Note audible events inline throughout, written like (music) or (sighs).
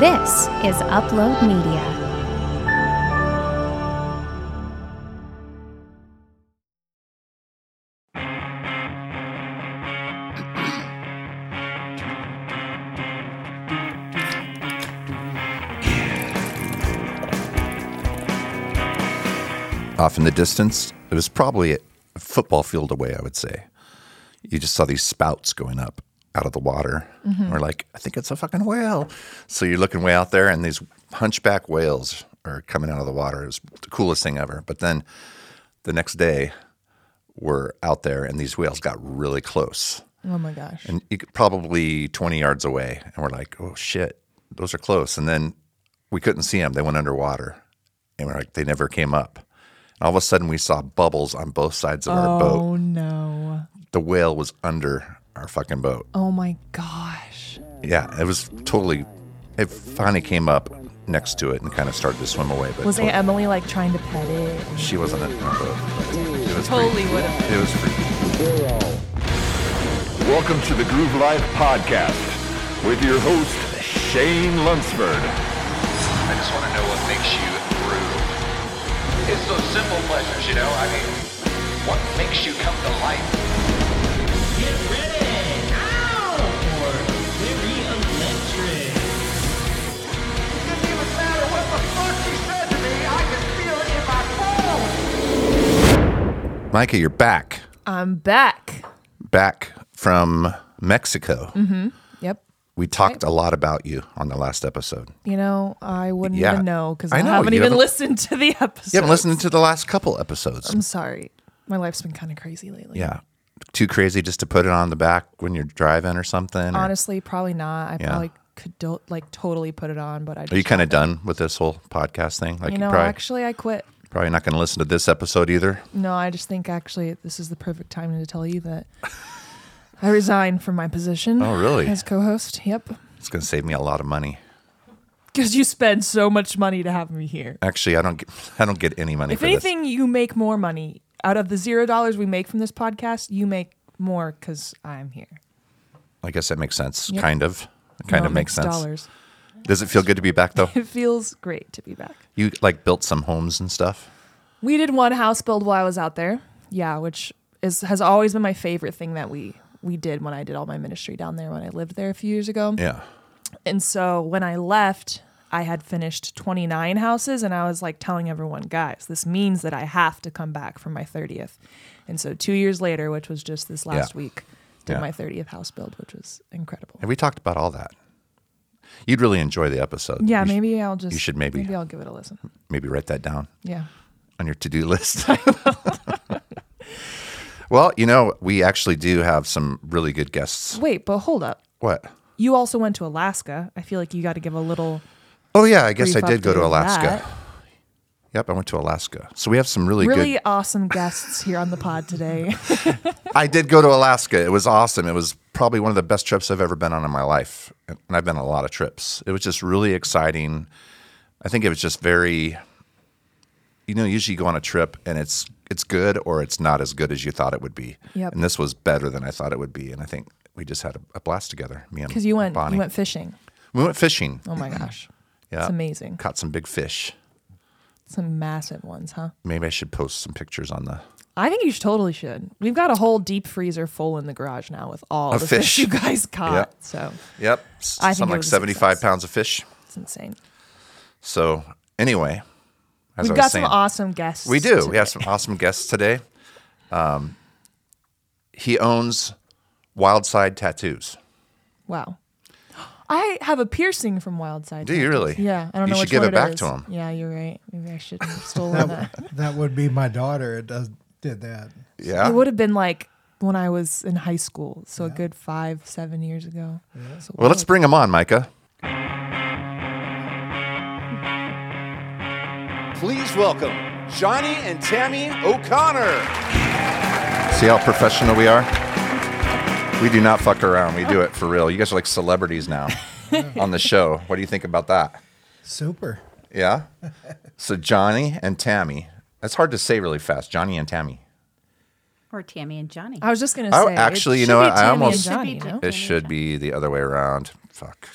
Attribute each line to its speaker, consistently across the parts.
Speaker 1: This is Upload Media.
Speaker 2: off in the distance. It was probably a football field away, I would say. You just saw these spouts going up out of the water. We're like, I think it's a fucking whale. So you're looking way out there, and these hunchback whales are coming out of the water. It was the coolest thing ever. But then the next day, we're out there, and these whales got really close
Speaker 3: Oh my gosh.
Speaker 2: and you could- probably 20 yards away. And we're like, oh shit, those are close. And then we couldn't see them. They went underwater. And we're like, they never came up. And all of a sudden, we saw bubbles on both sides of our boat.
Speaker 3: Oh no.
Speaker 2: The whale was under our fucking boat.
Speaker 3: Oh my gosh.
Speaker 2: Yeah, it was totally, it finally came up next to it and kind of started to swim away. But
Speaker 3: Was Aunt
Speaker 2: tot-
Speaker 3: Emily like trying to pet it?
Speaker 2: she wasn't in our boat. but It was
Speaker 3: Totally
Speaker 2: freaky.
Speaker 3: would've
Speaker 2: It was freaky.
Speaker 4: Welcome to the Groove Life Podcast with your host, Shane Lunsford.
Speaker 5: I just want to know what makes you groove. It's those simple pleasures, you know. I mean, what makes you come to life? Get ready! Ow! Very electric. It didn't even matter what the fuck she said to me. I could feel it in my bones.
Speaker 2: Micah, you're back.
Speaker 3: I'm back.
Speaker 2: Back from Mexico.
Speaker 3: Mm-hmm. Yep.
Speaker 2: We talked a lot about you on the last episode.
Speaker 3: You know, I wouldn't
Speaker 2: Yeah.
Speaker 3: even know because
Speaker 2: I
Speaker 3: I,
Speaker 2: know,
Speaker 3: haven't
Speaker 2: you
Speaker 3: even
Speaker 2: haven't-
Speaker 3: listened to the episode.
Speaker 2: You haven't listened to the last couple episodes.
Speaker 3: I'm sorry. My life's been kind of crazy lately.
Speaker 2: yeah. Too crazy just to put it on the back when you're driving or something. or-
Speaker 3: Honestly, probably not. I
Speaker 2: Yeah.
Speaker 3: probably could do- like totally put it on, but I just,
Speaker 2: Are you kind of done with this whole podcast thing? Like
Speaker 3: you
Speaker 2: you
Speaker 3: know,
Speaker 2: probably
Speaker 3: actually, I quit.
Speaker 2: probably not going to listen to this episode either.
Speaker 3: No, I just think actually this is the perfect time to tell you
Speaker 2: (laughs)
Speaker 3: that I resign from my position.
Speaker 2: Oh, really?
Speaker 3: As co-host. Yep.
Speaker 2: It's going to save me a lot of money.
Speaker 3: Because you spend so much money to have me here.
Speaker 2: Actually, I don't get, (laughs) I don't get any money
Speaker 3: If
Speaker 2: for
Speaker 3: anything, you make more money out of the zero dollars we make from this podcast. You make more because I'm here.
Speaker 2: this. I guess that makes sense.
Speaker 3: Yep.
Speaker 2: Kind of. It kind
Speaker 3: No,
Speaker 2: of
Speaker 3: it
Speaker 2: makes sense.
Speaker 3: Dollars. (laughs)
Speaker 2: Does it feel good to be back though?
Speaker 3: It feels great to be back.
Speaker 2: you like built some homes and stuff.
Speaker 3: We did one house build while I was out there. Yeah, which is has always been my favorite thing that we we did when I did all my ministry down there when I lived there a few years ago.
Speaker 2: Yeah.
Speaker 3: And so when I left, I had finished 29 houses and I was like telling everyone, guys, this means that I have to come back for my 30th. And so 2 years later, which was just this last
Speaker 2: Yeah.
Speaker 3: week, did
Speaker 2: Yeah.
Speaker 3: my 30th house build, which was incredible.
Speaker 2: And we talked about all that. You'd really enjoy the episode.
Speaker 3: Yeah,
Speaker 2: You sh-
Speaker 3: maybe I'll just
Speaker 2: you should maybe- Hmm.
Speaker 3: maybe I'll give it a listen.
Speaker 2: maybe write that down.
Speaker 3: Yeah.
Speaker 2: on your
Speaker 3: (laughs)
Speaker 2: to-do list? well, you know, we actually do have some really good guests.
Speaker 3: Wait, but hold up.
Speaker 2: What?
Speaker 3: You also went to Alaska. I feel like you got to give a little
Speaker 2: Oh yeah, I guess I
Speaker 3: brief
Speaker 2: did go
Speaker 3: update
Speaker 2: to
Speaker 3: on
Speaker 2: Alaska.
Speaker 3: that.
Speaker 2: Yep, I went to Alaska. So we have some really,
Speaker 3: really
Speaker 2: good
Speaker 3: awesome guests here on the
Speaker 2: (laughs)
Speaker 3: pod today. (laughs)
Speaker 2: I did go to Alaska. It was awesome. It was probably one of the best trips I've ever been on in my life. And I've been on a lot of trips. It was just really exciting. I think it was just very you know, usually you go on a trip and it's it's good or it's not as good as you thought it would be.
Speaker 3: Yep.
Speaker 2: And this was better than I thought it would be. And I think we just had a, a blast together. Me and
Speaker 3: Because you went
Speaker 2: Bonnie.
Speaker 3: you went fishing.
Speaker 2: we went fishing. (clears throat)
Speaker 3: Oh my gosh.
Speaker 2: yeah.
Speaker 3: It's amazing.
Speaker 2: Caught some big fish.
Speaker 3: Some massive ones, huh?
Speaker 2: Maybe I should post some pictures on the
Speaker 3: I think you should, totally should. We've got a whole deep freezer full in the garage now with all
Speaker 2: Of
Speaker 3: the fish.
Speaker 2: fish.
Speaker 3: you guys caught.
Speaker 2: Yeah.
Speaker 3: So
Speaker 2: Yep.
Speaker 3: I think
Speaker 2: Something
Speaker 3: it
Speaker 2: like
Speaker 3: was a
Speaker 2: seventy five
Speaker 3: success.
Speaker 2: pounds of fish.
Speaker 3: it's insane.
Speaker 2: So anyway, as I
Speaker 3: We've
Speaker 2: was
Speaker 3: got
Speaker 2: saying-
Speaker 3: some awesome guests.
Speaker 2: We do. We
Speaker 3: today.
Speaker 2: have some awesome guests today. Um, he owns Wildside Tattoos.
Speaker 3: Wow. I have a piercing from Wildside.
Speaker 2: Do you really?
Speaker 3: Yeah. I don't
Speaker 2: you
Speaker 3: know
Speaker 2: should
Speaker 3: which
Speaker 2: give
Speaker 3: one
Speaker 2: it back
Speaker 3: is.
Speaker 2: to him.
Speaker 3: Yeah, you're right. Maybe I should have
Speaker 2: (laughs)
Speaker 3: stolen that.
Speaker 6: That would be my daughter. It does did that.
Speaker 2: Yeah.
Speaker 3: It would have been like when I was in high school, so a good five, seven years ago. So
Speaker 2: Well, let's bring him on, Micah.
Speaker 4: Please welcome Johnny and Tammy O'Connor.
Speaker 2: See how professional we are. We do not fuck around. We do it for real. You guys are like celebrities now on the show. What do you think about that?
Speaker 6: Super.
Speaker 2: Yeah. So Johnny and Tammy. That's hard to say really fast. Johnny and Tammy.
Speaker 7: Or Tammy and Johnny.
Speaker 3: I was just gonna
Speaker 2: I-
Speaker 3: say. it
Speaker 2: actually, you
Speaker 3: should
Speaker 2: know
Speaker 3: be
Speaker 2: what? I
Speaker 3: Tammy and
Speaker 2: almost-
Speaker 3: Johnny, you know?
Speaker 2: It should be the other way around. Fuck.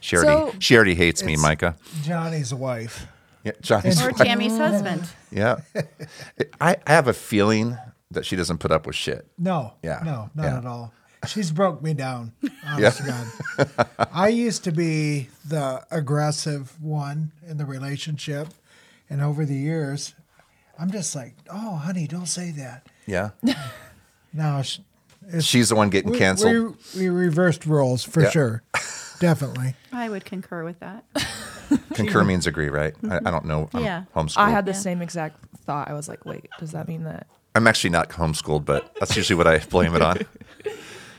Speaker 2: She already
Speaker 3: So-
Speaker 2: she already hates me,
Speaker 6: It's-
Speaker 2: Micah.
Speaker 6: Johnny's wife.
Speaker 2: Yeah, Johnny's
Speaker 7: Or
Speaker 2: wife.
Speaker 7: Tammy's husband.
Speaker 2: Yeah. I, I have a feeling that she doesn't put up with shit.
Speaker 6: No.
Speaker 2: Yeah,
Speaker 6: No, not
Speaker 2: yeah.
Speaker 6: at all. She's broke me
Speaker 2: (laughs)
Speaker 6: down. Honest to God. I used to be the aggressive one in the relationship. And over the years, I'm just like, oh, honey, don't say that.
Speaker 3: (laughs)
Speaker 2: Yeah.
Speaker 6: Now, sh- it's,
Speaker 2: She's the one getting
Speaker 6: we,
Speaker 2: canceled.
Speaker 6: We, we reversed roles for
Speaker 2: Yeah. (laughs)
Speaker 6: sure. Definitely.
Speaker 7: I would concur with that.
Speaker 2: Concur means agree, right? I, I don't know. I'm
Speaker 7: Yeah.
Speaker 2: homeschooled.
Speaker 3: I had the
Speaker 7: Yeah.
Speaker 3: same exact thought. I was like, wait, does that mean that?
Speaker 2: I'm actually not homeschooled, but that's usually what I blame
Speaker 3: (laughs)
Speaker 2: it on.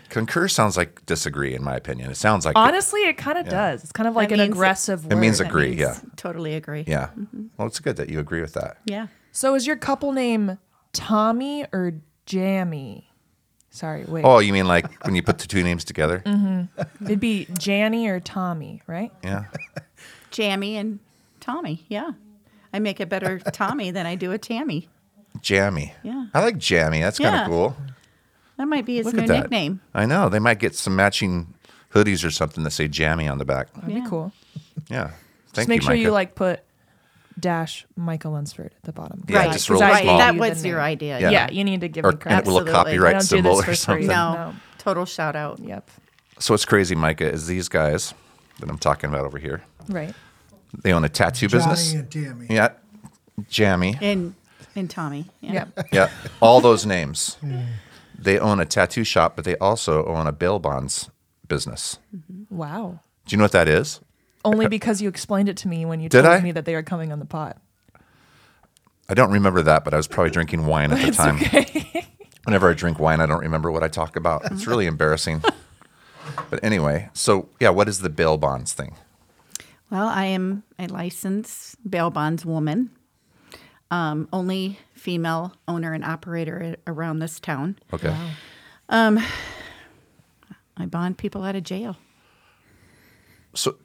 Speaker 2: Concur sounds like disagree, in my opinion. It sounds like
Speaker 3: Honestly, it kind of does. It's kind of like an
Speaker 7: means-
Speaker 3: aggressive word.
Speaker 2: it means
Speaker 7: That
Speaker 2: agree.
Speaker 7: means
Speaker 2: yeah.
Speaker 7: Totally agree.
Speaker 2: Yeah.
Speaker 3: Mm-hmm.
Speaker 2: Well, it's good that you agree with that.
Speaker 7: Yeah.
Speaker 3: So is your couple name Tommy or Jammy? Sorry, wait.
Speaker 2: Oh, you mean like when you put the two names together?
Speaker 3: Mm-hmm. It'd be Janny or Tommy, right?
Speaker 2: Yeah.
Speaker 7: Jammy and Tommy. Yeah. I make a better Tommy than I do a Tammy.
Speaker 2: Jammy.
Speaker 7: Yeah.
Speaker 2: I like jammy. That's kind
Speaker 7: Yeah.
Speaker 2: of cool.
Speaker 7: That might be his
Speaker 2: Look
Speaker 7: new
Speaker 2: at that.
Speaker 7: nickname.
Speaker 2: I know. They might get some matching hoodies or something that say jammy on the back.
Speaker 3: That'd
Speaker 7: Yeah.
Speaker 3: be cool.
Speaker 2: Yeah.
Speaker 3: Just
Speaker 2: Thank
Speaker 3: make
Speaker 2: you,
Speaker 3: sure you
Speaker 2: Micah.
Speaker 3: like put dash Michael Lunsford at the bottom.
Speaker 2: Yeah,
Speaker 7: right.
Speaker 2: just
Speaker 7: Because
Speaker 2: real
Speaker 7: I-
Speaker 2: small.
Speaker 7: That
Speaker 3: You the
Speaker 7: was your
Speaker 3: name.
Speaker 7: idea.
Speaker 2: Yeah.
Speaker 3: Yeah. you need to give
Speaker 2: Or-
Speaker 3: me
Speaker 2: and
Speaker 3: credit.
Speaker 2: it will look
Speaker 7: Absolutely. I
Speaker 2: copyright
Speaker 3: don't do
Speaker 2: symbol
Speaker 3: this
Speaker 2: or
Speaker 3: for free.
Speaker 2: something.
Speaker 7: No.
Speaker 3: No.
Speaker 7: Total shout out.
Speaker 3: Yep.
Speaker 2: So what's crazy, Micah, is these guys that I'm talking about over here.
Speaker 3: Right.
Speaker 2: They own a tattoo business.
Speaker 6: Johnny and Tammy.
Speaker 2: Yeah. Jammy.
Speaker 7: And and Tommy. Yeah.
Speaker 3: Yep.
Speaker 2: Yeah. All those
Speaker 3: (laughs)
Speaker 2: names. They own a tattoo shop, but they also own a bail bonds business.
Speaker 3: Wow.
Speaker 2: Do you know what that is?
Speaker 3: Only because you explained it to me when you
Speaker 2: Did
Speaker 3: told
Speaker 2: I?
Speaker 3: me that they are coming on the pot.
Speaker 2: I don't remember that, but I was probably drinking wine at the time. (laughs) Whenever I drink wine, I don't remember what I talk about. It's really embarrassing. But anyway, so yeah, what is the bail bonds thing?
Speaker 7: Well, I am a licensed bail bonds woman, um, only female owner and operator a- around this town.
Speaker 2: Okay.
Speaker 7: I bond people out of jail,
Speaker 2: So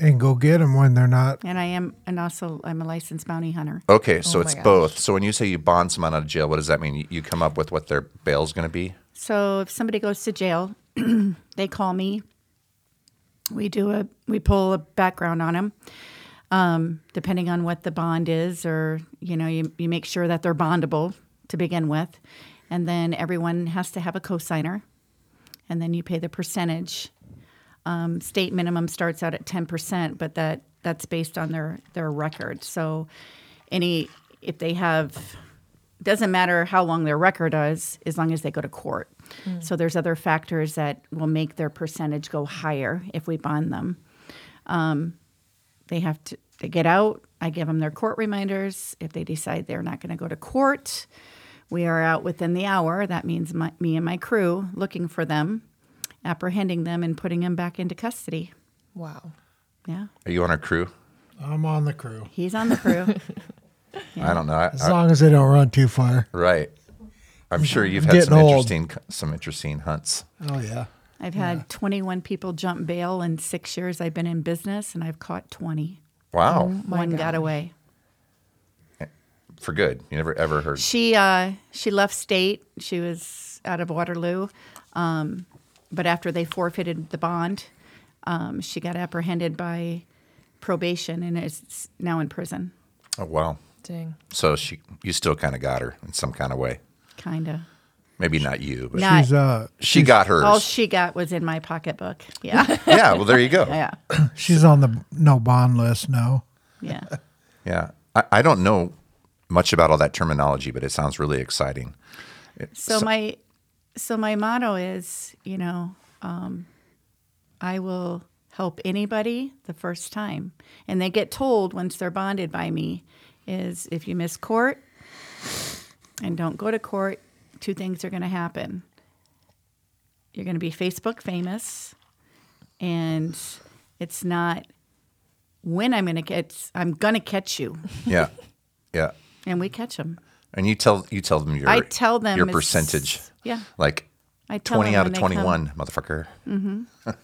Speaker 6: And go get them when they're not.
Speaker 7: and I am, and also I'm a licensed bounty hunter.
Speaker 2: okay, so
Speaker 3: Oh my
Speaker 2: it's
Speaker 3: gosh.
Speaker 2: both. So when you say you bond someone out of jail, what does that mean? You- You come up with what their bail's going to be?
Speaker 7: So if somebody goes to jail, (clears throat) they call me. We do a we pull a background on them, um, depending on what the bond is, or you know you, you make sure that they're bondable to begin with, and then everyone has to have a cosigner, and then you pay the percentage. Um, state minimum starts out at ten percent, but that that's based on their their record. So any if they have doesn't matter how long their record is as long as they go to court so there's other factors that will make their percentage go higher if we bond them um, they have to they get out i give them their court reminders if they decide they're not going to go to court we are out within the hour that means my, me and my crew looking for them apprehending them and putting them back into custody
Speaker 3: Wow.
Speaker 7: yeah
Speaker 2: Are you on our crew?
Speaker 6: I'm on the crew.
Speaker 7: he's on the crew
Speaker 2: I don't know. I,
Speaker 6: As
Speaker 2: I-
Speaker 6: long as they don't run too far.
Speaker 2: right. I'm sure you've
Speaker 6: Getting
Speaker 2: had some
Speaker 6: old.
Speaker 2: interesting some interesting hunts.
Speaker 6: Oh, yeah.
Speaker 7: i've had 21 people jump bail in six years i've been in business and i've caught 20
Speaker 2: Wow.
Speaker 3: Mm.
Speaker 7: one got away.
Speaker 2: For good. You never ever heard.
Speaker 7: She uh, she left state. She was out of Waterloo, um, but after they forfeited the bond, um, she got apprehended by probation and is now in prison.
Speaker 2: Oh wow.
Speaker 3: Dang.
Speaker 2: So she you still kind of got her in some kind of way.
Speaker 7: Kinda.
Speaker 2: Maybe not you, but
Speaker 7: Not
Speaker 6: She's, uh,
Speaker 2: she got hers. (laughs)
Speaker 7: all she got was in my pocketbook. Yeah,
Speaker 2: yeah, well there you go.
Speaker 7: yeah,
Speaker 6: she's on the no bond list now.
Speaker 7: yeah.
Speaker 2: Yeah. I, I don't know much about all that terminology, but it sounds really exciting.
Speaker 7: So my so my motto is, you know, um, I will help anybody the first time, and they get told once they're bonded by me is if you miss court and don't go to court, two things are going to happen. You're going to be Facebook famous, and it's not when I'm going to catch. I'm going to catch you, (laughs)
Speaker 2: Yeah. yeah.
Speaker 7: and we catch them.
Speaker 2: And you tell you tell them your
Speaker 7: I tell them
Speaker 2: your
Speaker 7: it's-
Speaker 2: percentage.
Speaker 7: Yeah,
Speaker 2: Like
Speaker 7: I tell
Speaker 2: twenty
Speaker 7: them
Speaker 2: out of
Speaker 7: when they come. Mm-hmm.
Speaker 2: twenty one, motherfucker.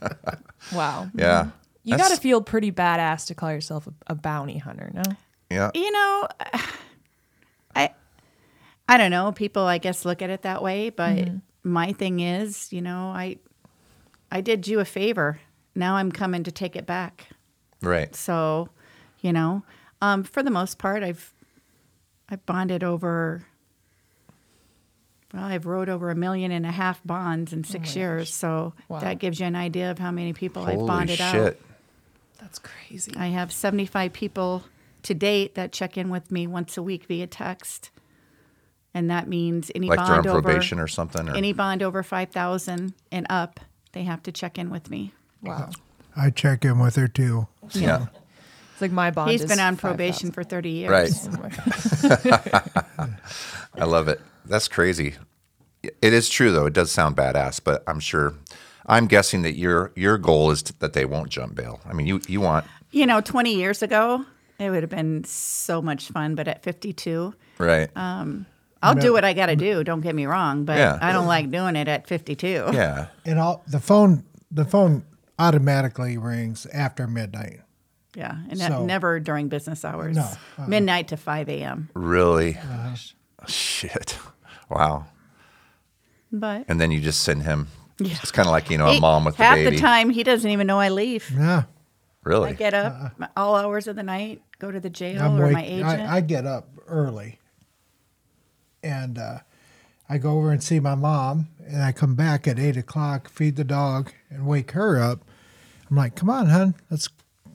Speaker 3: Wow.
Speaker 2: Yeah.
Speaker 3: You
Speaker 2: That's-
Speaker 3: got to feel pretty badass to call yourself a, a bounty hunter, no?
Speaker 2: Yeah.
Speaker 7: you know (sighs) i i don't know people i guess look at it that way but my thing is you know i i did you a favor Now I'm coming to take it back.
Speaker 2: Right.
Speaker 7: So, you know, um, for the most part, I've I've bonded over. Well, I've wrote over a million and a half bonds in six years, so
Speaker 3: Wow.
Speaker 7: that gives you an idea of how many people I've
Speaker 2: Holy
Speaker 7: bonded
Speaker 2: shit.
Speaker 7: out.
Speaker 3: That's crazy.
Speaker 7: I have 75 people to date that check in with me once a week via text, and that means any
Speaker 2: Like
Speaker 7: bond
Speaker 2: they're on
Speaker 7: over
Speaker 2: probation or something. Or,
Speaker 7: any bond over 5,000 and up, they have to check in with me.
Speaker 3: Wow.
Speaker 6: I check in with her too.
Speaker 2: yeah.
Speaker 3: It's like my bond.
Speaker 7: He's
Speaker 3: is
Speaker 7: been on
Speaker 3: 5,000.
Speaker 7: probation for 30 years.
Speaker 2: Right.
Speaker 3: Oh my God.
Speaker 2: I love it. That's crazy. It is true though. It does sound badass, but I'm sure. I'm guessing that your your goal is that they won't jump bail. I mean, you you want
Speaker 7: You know, 20 years ago, it would have been so much fun, but at 52,
Speaker 2: right.
Speaker 7: Um, I'll do what I got to do. Don't get me wrong, but
Speaker 2: Yeah.
Speaker 7: I don't like doing it at 52.
Speaker 2: yeah.
Speaker 6: And all the phone the phone automatically rings after midnight.
Speaker 7: Yeah, and that
Speaker 6: So-
Speaker 7: never during business hours.
Speaker 6: No, uh-uh.
Speaker 7: Midnight to 5 a.m.
Speaker 2: Really.
Speaker 6: Oh
Speaker 2: Shit. Wow.
Speaker 7: But
Speaker 2: And then you just send him. It's kind of like you know a mom with the
Speaker 7: half
Speaker 2: baby.
Speaker 7: the time he doesn't even know I leave.
Speaker 6: Yeah.
Speaker 2: Really.
Speaker 7: I get up my- all hours of the night, go to the jail
Speaker 6: Uh-uh. I'm
Speaker 7: or
Speaker 6: wake-
Speaker 7: my agent.
Speaker 6: I, I get up early and uh, I go over and see my mom, and I come back at eight o'clock, feed the dog, and wake her up. I'm like, "Come on, hun, it's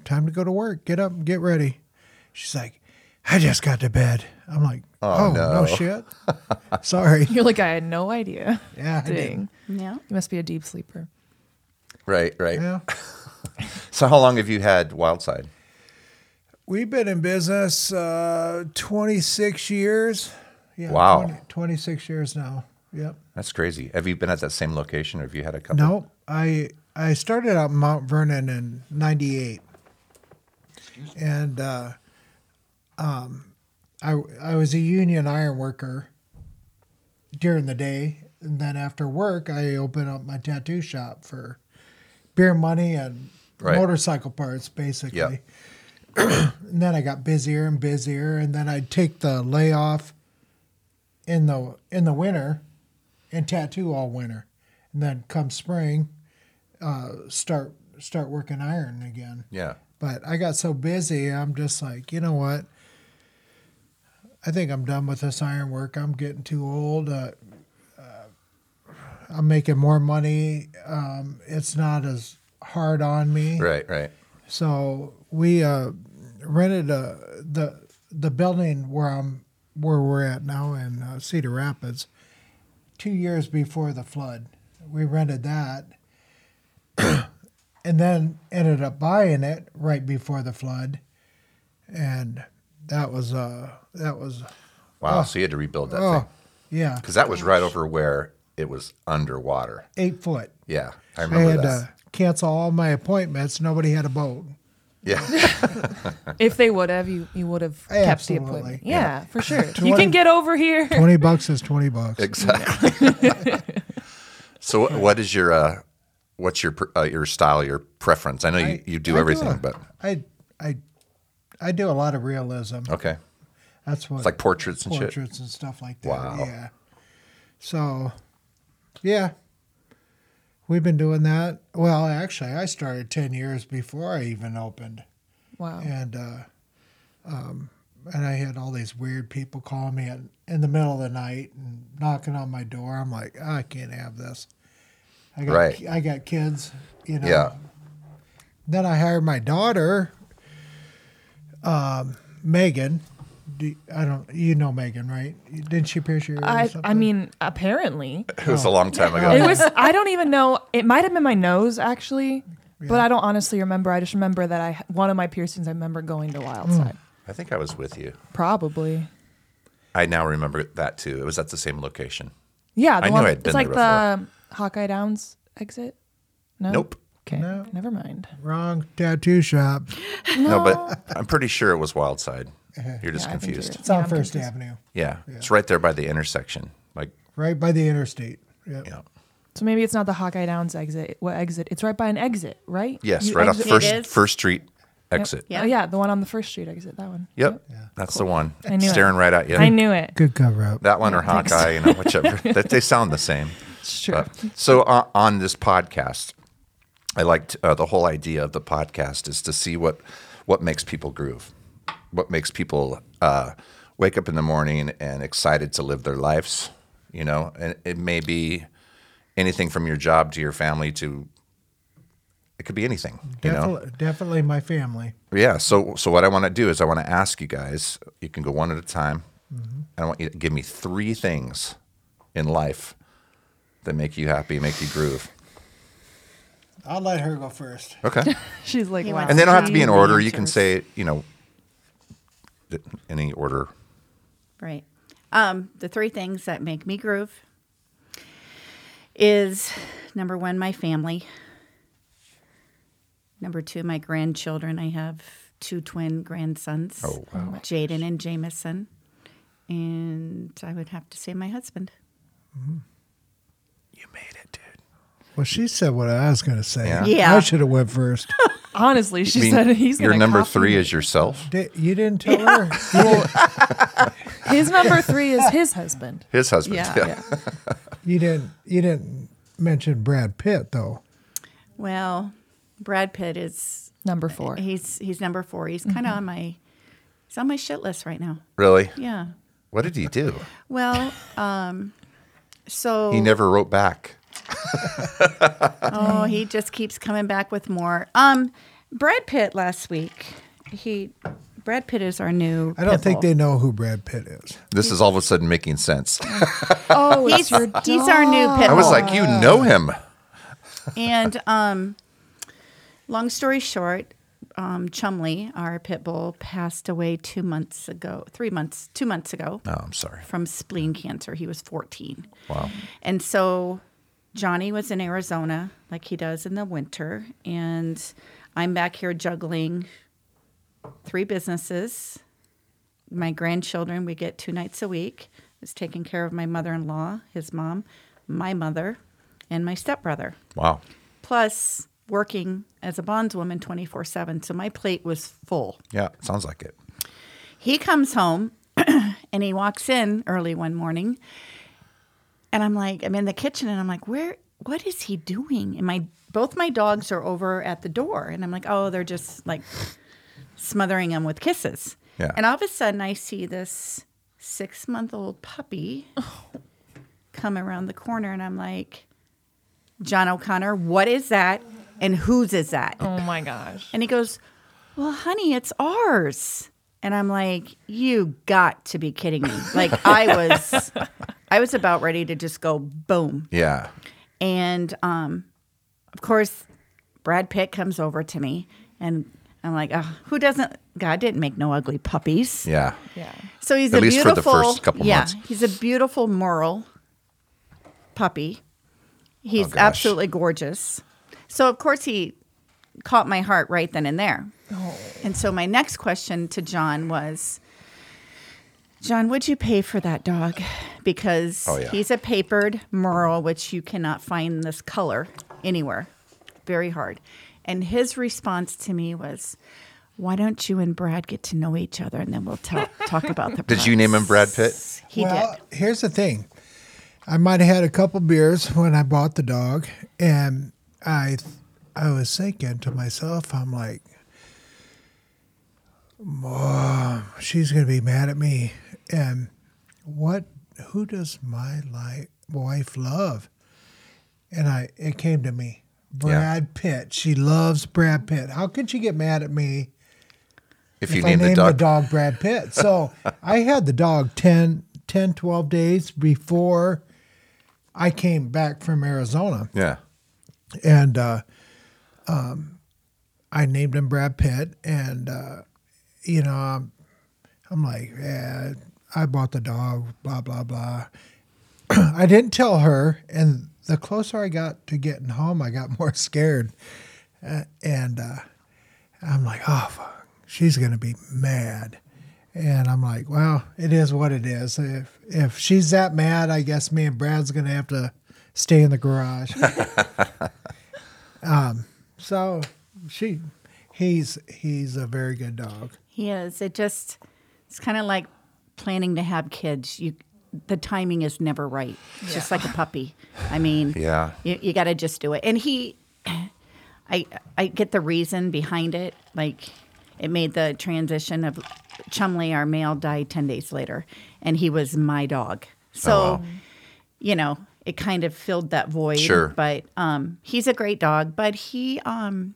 Speaker 6: time to go to work. Get up, and get ready." She's like, "I just got to bed." I'm like, "Oh, no.
Speaker 2: no.
Speaker 6: shit,
Speaker 7: (laughs)
Speaker 6: sorry."
Speaker 3: (laughs) You're like I had no idea.
Speaker 6: Yeah, I did.
Speaker 3: Dang.
Speaker 7: yeah.
Speaker 3: You must be a deep
Speaker 6: (laughs)
Speaker 3: sleeper.
Speaker 2: right. Right.
Speaker 6: Yeah.
Speaker 2: So how long have you had Wildside?
Speaker 6: We've been in business uh, 26 years. Yeah,
Speaker 2: Wow.
Speaker 6: 26 years now. Yep.
Speaker 2: That's crazy. Have you been at that same location, or have you had a couple?
Speaker 6: No, I I started out in Mount Vernon in '98, and uh, um, I I was a union iron worker during the day, and then after work I opened up my tattoo shop for beer money and
Speaker 2: Right.
Speaker 6: motorcycle parts, basically.
Speaker 2: Yeah.
Speaker 6: (clears throat) and then I got busier and busier, and then I'd take the layoff in the in the winter and tattoo all winter, and then come spring, uh, start start working iron again.
Speaker 2: Yeah.
Speaker 6: But I got so busy, I'm just like, you know what? I think I'm done with this iron work. I'm getting too old. Uh, uh, I'm making more money. Um, it's not as hard on me.
Speaker 2: Right. Right.
Speaker 6: So we uh, rented uh, the the building where I'm where we're at now in uh, Cedar Rapids. Two years before the flood, we rented that, and then ended up buying it right before the flood, and that was uh that was
Speaker 2: Wow. so you had to rebuild that
Speaker 6: oh
Speaker 2: thing
Speaker 6: yeah
Speaker 2: because that was right over where it was underwater.
Speaker 6: eight foot.
Speaker 2: Yeah, I
Speaker 6: I
Speaker 2: remember
Speaker 6: had uh,
Speaker 2: that.
Speaker 6: to cancel all my appointments. Nobody had a boat.
Speaker 2: yeah, (laughs)
Speaker 3: If they would have, you you would have kept
Speaker 6: Absolutely.
Speaker 3: the appointment. Yeah, for
Speaker 6: (laughs)
Speaker 3: sure. you can
Speaker 6: Twenty-
Speaker 3: get over here.
Speaker 6: Twenty bucks is twenty bucks.
Speaker 2: exactly. so, what, what is your uh, what's your pr- uh, your style, your preference? I know you, you do
Speaker 6: I
Speaker 2: everything,
Speaker 6: a-
Speaker 2: but
Speaker 6: I I I do a lot of realism.
Speaker 2: okay,
Speaker 6: That's what
Speaker 2: it's like portraits and shit.
Speaker 6: portraits and stuff like that.
Speaker 2: Wow.
Speaker 6: Yeah. So, yeah, we've been doing that. Well, actually, I started ten years before I even opened,
Speaker 3: Wow.
Speaker 6: and uh, um, and I had all these weird people calling me in, in the middle of the night and knocking on my door. I'm like, "Ah, I can't have this. I got
Speaker 2: Right.
Speaker 6: I got kids, you know.
Speaker 2: Yeah,
Speaker 6: Then I hired my daughter, um, Megan. Do, I don't, you know Megan, right? Didn't she pierce your ear? or
Speaker 3: I I
Speaker 6: something?
Speaker 3: mean, apparently
Speaker 2: it was a long time ago.
Speaker 3: it was. I don't even know. It might have been my nose actually, but I don't honestly remember. I just remember that I one of my piercings. I remember going to
Speaker 6: Mm.
Speaker 3: Wildside.
Speaker 2: I think I was with you.
Speaker 3: Probably.
Speaker 2: I now remember that too. It was at the same location.
Speaker 3: Yeah, the
Speaker 2: I knew
Speaker 3: one
Speaker 2: I had
Speaker 3: it's
Speaker 2: been
Speaker 3: like
Speaker 2: there
Speaker 3: the Hawkeye Downs exit. No.
Speaker 2: Nope.
Speaker 3: Okay. Never mind.
Speaker 6: wrong tattoo shop.
Speaker 2: No, but I'm pretty sure it was Wildside. You're just
Speaker 3: Uh-huh. Yeah, I think you're-
Speaker 2: confused.
Speaker 6: It's on
Speaker 3: Yeah, I'm
Speaker 6: First
Speaker 3: confused.
Speaker 6: Avenue,
Speaker 2: Yeah. it's right there by the intersection. Like,
Speaker 6: right by the interstate. Yep.
Speaker 2: you know,
Speaker 3: So maybe it's not the Hawkeye Downs exit. What exit? It's right by an exit, right?
Speaker 2: yes,
Speaker 3: You
Speaker 2: right off
Speaker 3: exit-
Speaker 2: the first
Speaker 7: is?
Speaker 2: First Street exit.
Speaker 7: Yeah.
Speaker 3: Oh, yeah, the one on the First Street exit. That one.
Speaker 2: Yep, that's the one.
Speaker 3: I knew it.
Speaker 2: Staring right at you.
Speaker 3: I knew it.
Speaker 6: Good cover up.
Speaker 2: that one or Hawkeye, you know, whichever. that they sound the same.
Speaker 3: It's true.
Speaker 2: But, so uh, on this uh, podcast, I liked uh, the whole idea of the podcast is to see what what makes people groove, what makes people uh, wake up in the morning and excited to live their lives. You know, and it may be anything from your job to your family to it could be anything. You know,
Speaker 6: Definitely, definitely my family.
Speaker 2: yeah. So, so what I want to do is I want to ask you guys. You can go one at a time. And I want you to give me three things in life that make you happy, make you groove.
Speaker 6: I'll let her go first.
Speaker 2: (laughs) Okay.
Speaker 3: (laughs) She's like,
Speaker 7: He
Speaker 3: wow.
Speaker 7: wants
Speaker 2: And they don't have to be in
Speaker 7: Three
Speaker 2: order. You can
Speaker 7: answers.
Speaker 2: say, you know, th- any order.
Speaker 7: Right. Um, the three things that make me groove is number one, my family. Number two, my grandchildren. I have two twin grandsons,
Speaker 2: Oh, wow.
Speaker 7: Jaden and Jameson. And I would have to say my husband.
Speaker 2: You made it, dude.
Speaker 6: Well, she said what I was going to say.
Speaker 2: Yeah.
Speaker 7: Yeah.
Speaker 6: I should have went first.
Speaker 3: honestly, she
Speaker 2: I mean,
Speaker 3: said he's
Speaker 2: your
Speaker 3: gonna
Speaker 2: number
Speaker 3: copy
Speaker 2: three
Speaker 3: me.
Speaker 2: is yourself.
Speaker 6: (laughs) Di- you didn't tell her.
Speaker 2: (laughs)
Speaker 3: his number three is his husband.
Speaker 2: His husband.
Speaker 3: Yeah,
Speaker 2: Yeah.
Speaker 3: yeah.
Speaker 6: You didn't. You didn't mention Brad Pitt though.
Speaker 7: Well, Brad Pitt is
Speaker 3: number four.
Speaker 7: he's he's number four. He's kind of
Speaker 2: Mm-hmm.
Speaker 7: on my he's on my shit list right now.
Speaker 2: Really?
Speaker 7: Yeah.
Speaker 2: What did he do?
Speaker 7: Well,
Speaker 2: (laughs)
Speaker 7: um, so
Speaker 3: Oh.
Speaker 2: He never wrote back.
Speaker 7: Oh, he just keeps coming back with more. Um, Brad Pitt last week. He, Brad Pitt is our new.
Speaker 6: I don't think
Speaker 7: Pitbull.
Speaker 6: they know who Brad Pitt is.
Speaker 2: This is all of a sudden making sense.
Speaker 3: Oh,
Speaker 7: He's, he's our new pit
Speaker 2: I was like, you know him.
Speaker 7: and um, long story short, um, Chumley, our pit bull, passed away two months ago, three months, two months ago
Speaker 2: Oh, I'm sorry.
Speaker 7: from spleen cancer. He was 14.
Speaker 2: Wow.
Speaker 7: And so Johnny was in Arizona, like he does in the winter, and I'm back here juggling three businesses. My grandchildren, we get two nights a week. I was taking care of my mother-in-law, his mom, my mother, and my stepbrother.
Speaker 2: Wow.
Speaker 7: Plus working as a bondswoman 24/7, so my plate was full.
Speaker 2: Yeah, sounds like it.
Speaker 7: He comes home (clears throat) and he walks in early one morning. And I'm like, I'm in the kitchen and I'm like, where, what is he doing? And my, both my dogs are over at the door. And I'm like, oh, they're just like smothering him with kisses.
Speaker 2: Yeah.
Speaker 7: And all of a sudden I see this six month old puppy come around the corner and I'm like, John O'Connor, what is that? And whose is that?
Speaker 3: Oh my gosh.
Speaker 7: And he goes, Well, honey, it's ours. And I'm like, You got to be kidding me. Like I was I was about ready to just go boom.
Speaker 2: Yeah.
Speaker 7: And um, of course, Brad Pitt comes over to me and I'm like, oh, who doesn't God didn't make no ugly puppies.
Speaker 2: Yeah.
Speaker 3: Yeah.
Speaker 7: So he's
Speaker 2: At
Speaker 7: a
Speaker 2: least for the
Speaker 7: beautiful
Speaker 2: first couple
Speaker 7: yeah,
Speaker 2: months.
Speaker 7: He's a beautiful Merle puppy.
Speaker 2: Oh,
Speaker 7: He's
Speaker 2: gosh.
Speaker 7: absolutely gorgeous. So of course he caught my heart right then and there. And so my next question to John was John, would you pay for that dog? Because
Speaker 2: Oh, yeah.
Speaker 7: he's a papered Merle, which you cannot find this color anywhere. Very hard. And his response to me was, why don't you and Brad get to know each other and then we'll ta- talk about
Speaker 2: (laughs)
Speaker 7: the
Speaker 2: Did you name him Brad
Speaker 7: pups."
Speaker 2: Pitt?
Speaker 7: He
Speaker 6: well,
Speaker 7: did.
Speaker 6: here's the thing. I might have had a couple beers (laughs) when I bought the dog, and I, I was thinking to myself, I'm like, "Mom, she's gonna be mad at me." And what? Who does my li- wife love? And I, it came to me, Brad Pitt. She loves Brad Pitt. How could she get mad at me?
Speaker 2: If,
Speaker 6: if
Speaker 2: you
Speaker 6: I
Speaker 2: name the
Speaker 6: named
Speaker 2: dog,
Speaker 6: Brad Pitt. So
Speaker 2: (laughs)
Speaker 6: I had the dog 10, 10, 12 days before I came back from Arizona.
Speaker 2: Yeah.
Speaker 6: And uh, um, I named him Brad Pitt. And, uh, you know, I'm, I'm like, yeah, I bought the dog, blah, blah, blah. (clears throat) I didn't tell her. And the closer I got to getting home, I got (laughs) more scared. Uh, and uh, I'm like, oh, fuck, she's going to be mad. And I'm like, well, it is what it is. If if she's that mad, I guess me and Brad's going to have to stay in the garage. (laughs) um, so she, he's he's a very good dog.
Speaker 7: He is. It just, it's kind of like planning to have kids. You, the timing is never right. It's just like a puppy. I mean,
Speaker 2: Yeah.
Speaker 7: you, you got to just do it. And he, I I get the reason behind it. Like it made the transition of Chumley, our male, died ten days later, and he was my dog. So,
Speaker 2: Oh,
Speaker 7: you know, it kind of filled that void.
Speaker 2: Sure.
Speaker 7: But um, he's a great dog, but he um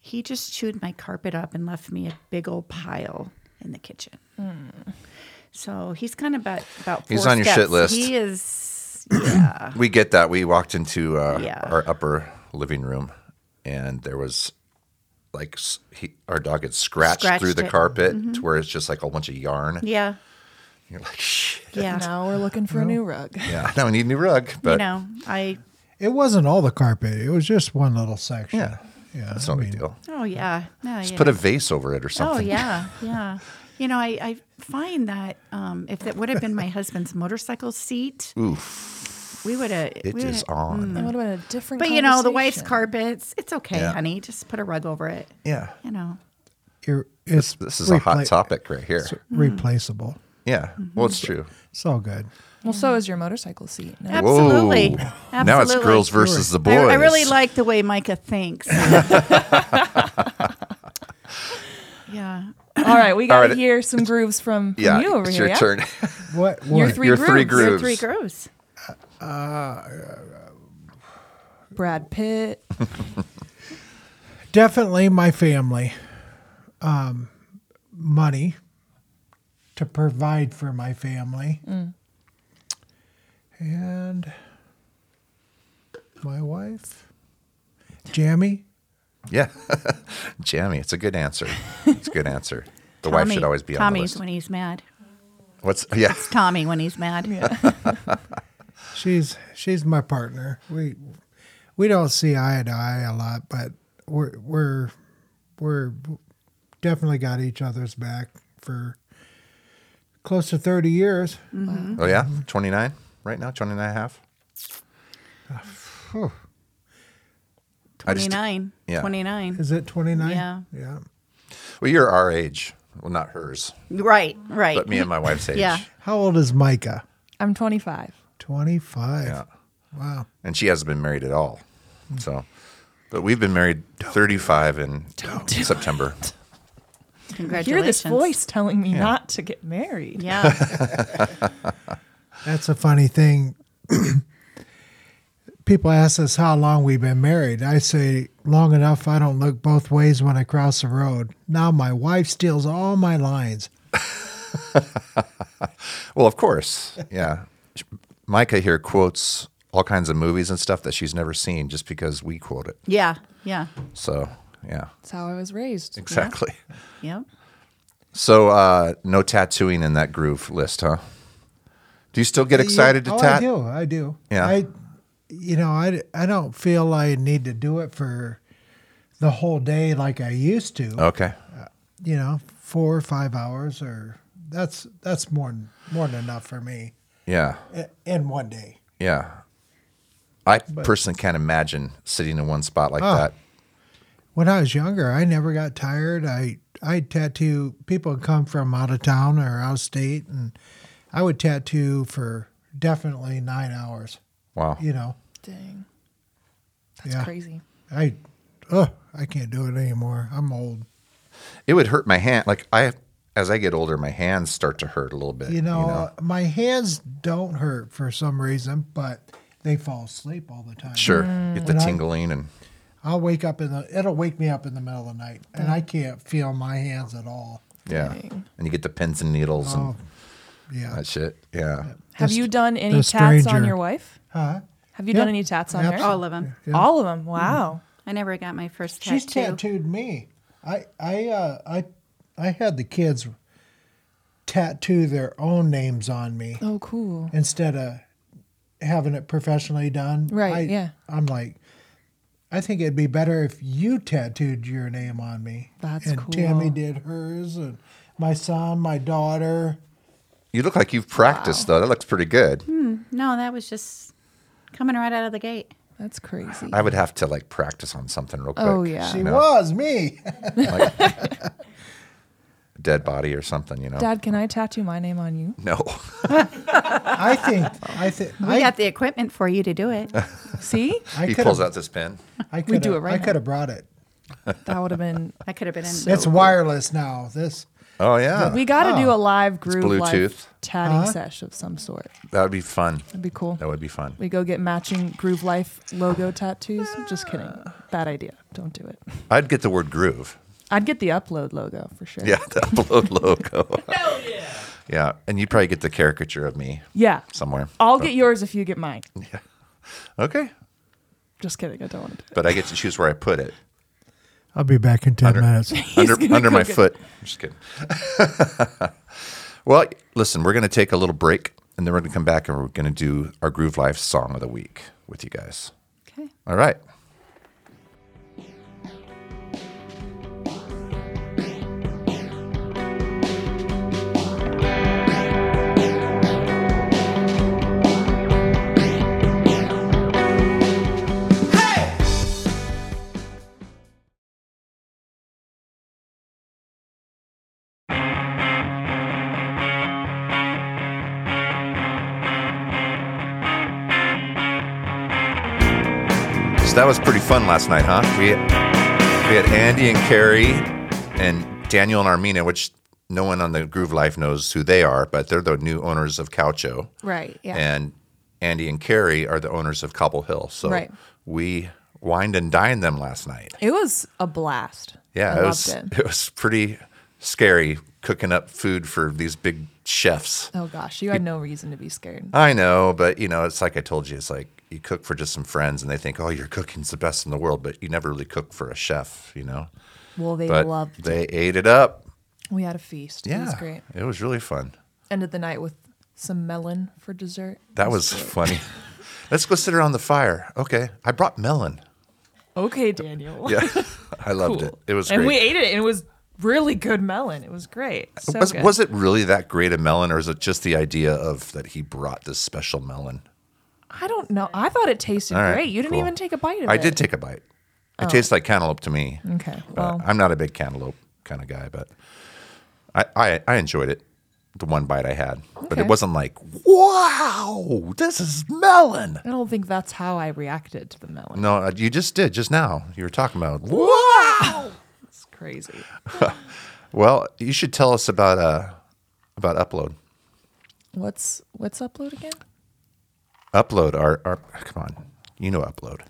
Speaker 7: he just chewed my carpet up and left me a big old pile in the kitchen. So he's kind of about about. Four
Speaker 2: He's on your shit
Speaker 7: steps.
Speaker 2: list.
Speaker 7: He is.
Speaker 2: We get that. We walked into uh,
Speaker 7: Uh. Yeah.
Speaker 2: our upper living room, and there was like s- he, our dog had scratched,
Speaker 7: Scratched
Speaker 2: through the
Speaker 7: it. Mm-hmm.
Speaker 2: carpet to where it's just like a bunch of yarn.
Speaker 7: Yeah.
Speaker 2: You're like, shit.
Speaker 7: Yeah.
Speaker 3: Now we're looking for a new rug.
Speaker 2: Yeah, now we need a new rug. But
Speaker 7: you know, I
Speaker 6: It wasn't all the carpet. It was just one little section.
Speaker 2: yeah,
Speaker 6: Yeah.
Speaker 2: that's
Speaker 6: I
Speaker 2: no big
Speaker 6: mean,
Speaker 2: deal.
Speaker 7: oh yeah, no,
Speaker 2: Just
Speaker 7: yeah.
Speaker 2: put a vase over it or something.
Speaker 7: oh
Speaker 2: (laughs)
Speaker 7: yeah, yeah. You know, I, I find that um, if that would have been my husband's motorcycle seat, we would have.
Speaker 2: It is on.
Speaker 7: Mm.
Speaker 3: That would have been a different.
Speaker 7: But you know, the wife's
Speaker 3: conversation.
Speaker 7: carpets. It's okay,
Speaker 2: Yeah.
Speaker 7: honey. Just put a rug over it.
Speaker 2: Yeah.
Speaker 7: You know.
Speaker 6: You're, it's
Speaker 2: This is a hot
Speaker 6: repla-
Speaker 2: topic right here.
Speaker 6: Replaceable.
Speaker 2: Yeah. Well, it's
Speaker 7: Mm-hmm.
Speaker 2: true.
Speaker 6: It's all good.
Speaker 3: Well, so is your motorcycle seat. No.
Speaker 7: Absolutely.
Speaker 2: Whoa. Now it's
Speaker 7: Absolutely.
Speaker 2: girls versus the boys.
Speaker 7: I, I really like the way Micah
Speaker 2: (laughs)
Speaker 7: thinks. yeah.
Speaker 3: All right, we got to
Speaker 2: right.
Speaker 3: hear some grooves from, from
Speaker 2: Yeah,
Speaker 3: you over
Speaker 2: it's
Speaker 3: here.
Speaker 2: your
Speaker 3: yeah?
Speaker 2: turn. (laughs)
Speaker 6: What?
Speaker 3: Your
Speaker 6: what?
Speaker 3: three
Speaker 2: Your
Speaker 3: grooves.
Speaker 2: three grooves.
Speaker 7: Your three grows.
Speaker 3: Brad Pitt.
Speaker 6: Definitely my family. Um, money to provide for my family. And my wife, Jamie.
Speaker 2: Yeah. (laughs) Jammy. It's a good answer. It's a good answer. The wife should always be on
Speaker 7: Tommy's
Speaker 2: the list.
Speaker 7: when he's mad.
Speaker 2: What's yeah?
Speaker 7: It's Tommy when he's mad.
Speaker 6: She's she's my partner. We we don't see eye to eye a lot, but we're we're we're definitely got each other's back for close to thirty years.
Speaker 2: Oh yeah, twenty nine right now, 29 and a half. Ah, I just-
Speaker 7: 29.
Speaker 2: yeah.
Speaker 7: 29.
Speaker 6: Is it twenty nine?
Speaker 7: Yeah.
Speaker 6: Yeah.
Speaker 2: Well, you're our age. Well, not hers,
Speaker 7: Right, right.
Speaker 2: but me and my
Speaker 3: (laughs)
Speaker 2: wife's age.
Speaker 7: Yeah.
Speaker 6: How old is Micah?
Speaker 3: I'm 25.
Speaker 6: Twenty five.
Speaker 2: Yeah.
Speaker 6: Wow.
Speaker 2: And she hasn't been married at all. So, but we've been married 35 in September.
Speaker 7: Congratulations.
Speaker 3: Hear this voice telling me not to get married.
Speaker 7: Yeah.
Speaker 6: That's a funny thing. (clears throat) People ask us how long we've been married. I say long enough I don't look both ways when I cross the road. Now my wife steals all my lines.
Speaker 2: Well, of course. Yeah. Micah here quotes all kinds of movies and stuff that she's never seen just because we quote it.
Speaker 7: Yeah. Yeah.
Speaker 2: So, yeah,
Speaker 3: That's how I was raised.
Speaker 2: exactly.
Speaker 7: Yeah.
Speaker 2: So, uh, no tattooing in that groove list, huh? Do you still get excited
Speaker 6: Yeah.
Speaker 2: to
Speaker 6: oh, I
Speaker 2: tat?
Speaker 6: do. I do.
Speaker 2: Yeah.
Speaker 6: I, you know, I, I don't feel I need to do it for the whole day like I used to.
Speaker 2: Okay.
Speaker 6: You know, four or five hours, or that's that's more than- more than enough for me
Speaker 2: Yeah.
Speaker 6: i- in one day.
Speaker 2: Yeah. I personally can't imagine sitting in one spot like
Speaker 6: Oh.
Speaker 2: that.
Speaker 6: When I was younger, I never got tired. I I tattoo people would come from out of town or out of state, and I would tattoo for definitely nine hours.
Speaker 2: Wow.
Speaker 6: You know,
Speaker 3: Dang. That's
Speaker 6: Yeah.
Speaker 3: crazy.
Speaker 6: I oh I can't do it anymore. I'm old.
Speaker 2: It would hurt my hand. Like I, as I get older, my hands start to hurt a little bit.
Speaker 6: You know, my hands don't hurt for some reason, but they fall asleep all the time.
Speaker 2: Sure. Get the
Speaker 6: And mm, I-
Speaker 2: tingling and
Speaker 6: I'll wake up in the it'll wake me up in the middle of the night and I can't feel my hands at all.
Speaker 2: yeah, and you get the pins and needles and
Speaker 6: Oh, Yeah.
Speaker 2: that shit. Yeah.
Speaker 3: Have
Speaker 6: This-
Speaker 3: you done any
Speaker 6: the
Speaker 3: tats on
Speaker 6: stranger.
Speaker 3: your wife?
Speaker 6: Huh?
Speaker 3: Have you
Speaker 6: Yeah.
Speaker 3: done any tats on her?
Speaker 6: Absolutely.
Speaker 7: All of them.
Speaker 6: Yeah.
Speaker 3: All of them. Wow.
Speaker 7: I never got my first tattoo.
Speaker 6: She's tattooed me. I I uh I I had the kids tattoo their own names on me
Speaker 3: Oh, cool.
Speaker 6: instead of having it professionally done.
Speaker 3: Right,
Speaker 6: I,
Speaker 3: yeah.
Speaker 6: I'm like I think it'd be better if you tattooed your name on me.
Speaker 3: That's
Speaker 6: and
Speaker 3: cool.
Speaker 6: Tammy did hers and my son, my daughter.
Speaker 2: You look like you've practiced though. That looks pretty good.
Speaker 7: No, that was just coming right out of the gate.
Speaker 3: That's crazy.
Speaker 2: I would have to like Oh, practice on something real quick.
Speaker 3: Oh, yeah.
Speaker 6: She was me.
Speaker 2: Like, dead body or something, you know?
Speaker 3: Dad, can I tattoo my name on (laughs) you?
Speaker 2: No.
Speaker 6: I
Speaker 3: (laughs)
Speaker 6: think I think
Speaker 7: We
Speaker 6: I,
Speaker 7: got the equipment for you to
Speaker 2: (laughs)
Speaker 7: do it.
Speaker 3: See,
Speaker 6: (laughs) I
Speaker 2: he
Speaker 6: could
Speaker 2: pulls out this pen.
Speaker 6: I could
Speaker 3: do it right
Speaker 6: I
Speaker 3: now.
Speaker 6: could have brought it.
Speaker 3: that would have been.
Speaker 7: I could have been in.
Speaker 6: It's wireless now. This
Speaker 2: Oh, yeah.
Speaker 3: We got to do a live groove
Speaker 2: Bluetooth.
Speaker 3: life tatting sesh of some sort.
Speaker 2: That would be fun.
Speaker 3: That'd be cool.
Speaker 2: That would be fun.
Speaker 3: We go get matching Groove Life
Speaker 2: (sighs)
Speaker 3: logo tattoos. Just kidding. Bad idea. Don't do it.
Speaker 2: I'd get the word groove. (laughs)
Speaker 3: I'd get the upload logo for sure.
Speaker 2: Yeah, the (laughs) upload logo. Hell yeah. Yeah, and you probably get the caricature of me
Speaker 3: Yeah.
Speaker 2: somewhere.
Speaker 3: I'll get yours if you get mine.
Speaker 2: Okay.
Speaker 3: Just kidding. I don't want to do it.
Speaker 2: But I get to choose where I put it.
Speaker 6: I'll be back in ten minutes.
Speaker 2: under
Speaker 3: gonna
Speaker 2: under
Speaker 3: go
Speaker 2: my
Speaker 3: get-
Speaker 2: foot. I'm just kidding. (laughs) well, listen, we're going to take a little break and then we're going to come back and we're going to do our Groove Life song of the week with you guys.
Speaker 7: Okay.
Speaker 2: All right. So that was pretty fun last night, huh? We we had Andy and Carrie and Daniel and Armina, which no one on the Groove Life knows who they are, but they're the new owners of Coucho.
Speaker 3: Right. Yeah.
Speaker 2: And Andy and Carrie are the owners of Cobble Hill. So
Speaker 3: Right.
Speaker 2: we wined and dined them last night.
Speaker 3: it was a blast.
Speaker 2: Yeah,
Speaker 3: I
Speaker 2: it
Speaker 3: loved
Speaker 2: was
Speaker 3: it.
Speaker 2: was pretty scary cooking up food for these big chefs.
Speaker 3: Oh gosh, you had no reason to be scared.
Speaker 2: I know, but you know, it's like I told you, it's like you cook for just some friends and they think, "Oh, your cooking's the best in the world," but you never really cook for a chef, you know.
Speaker 3: Well, they
Speaker 2: but
Speaker 3: loved
Speaker 2: they ate it up.
Speaker 3: We had a feast.
Speaker 2: Yeah.
Speaker 3: It was great.
Speaker 2: It was really fun.
Speaker 3: Ended the night with some melon for dessert.
Speaker 2: That was funny. (laughs) Let's go sit around the fire. Okay. I brought melon.
Speaker 3: Okay, Daniel.
Speaker 2: Yeah. I loved
Speaker 3: Cool.
Speaker 2: it. It was
Speaker 3: And
Speaker 2: great.
Speaker 3: we ate it and it was really good melon. It was great. So
Speaker 2: was,
Speaker 3: good.
Speaker 2: was it really that great a melon, or is it just the idea of that he brought this special melon?
Speaker 3: I don't know. I thought it tasted
Speaker 2: All right,
Speaker 3: great. You didn't
Speaker 2: cool.
Speaker 3: even take a bite of it. Oh.
Speaker 2: I did take a bite. It tastes like cantaloupe to me.
Speaker 3: Okay.
Speaker 2: But
Speaker 3: Well,
Speaker 2: I'm not a big cantaloupe kind of guy, but I, I I enjoyed it. The one bite I had, but
Speaker 3: Okay.
Speaker 2: it wasn't like wow, this is melon.
Speaker 3: I don't think that's how I reacted to the melon.
Speaker 2: No, uh, you just did just now. You were talking about wow.
Speaker 3: It's crazy.
Speaker 2: Well, you should tell us about uh about upload.
Speaker 3: What's what's upload again?
Speaker 2: Upload our, our come on, you know upload.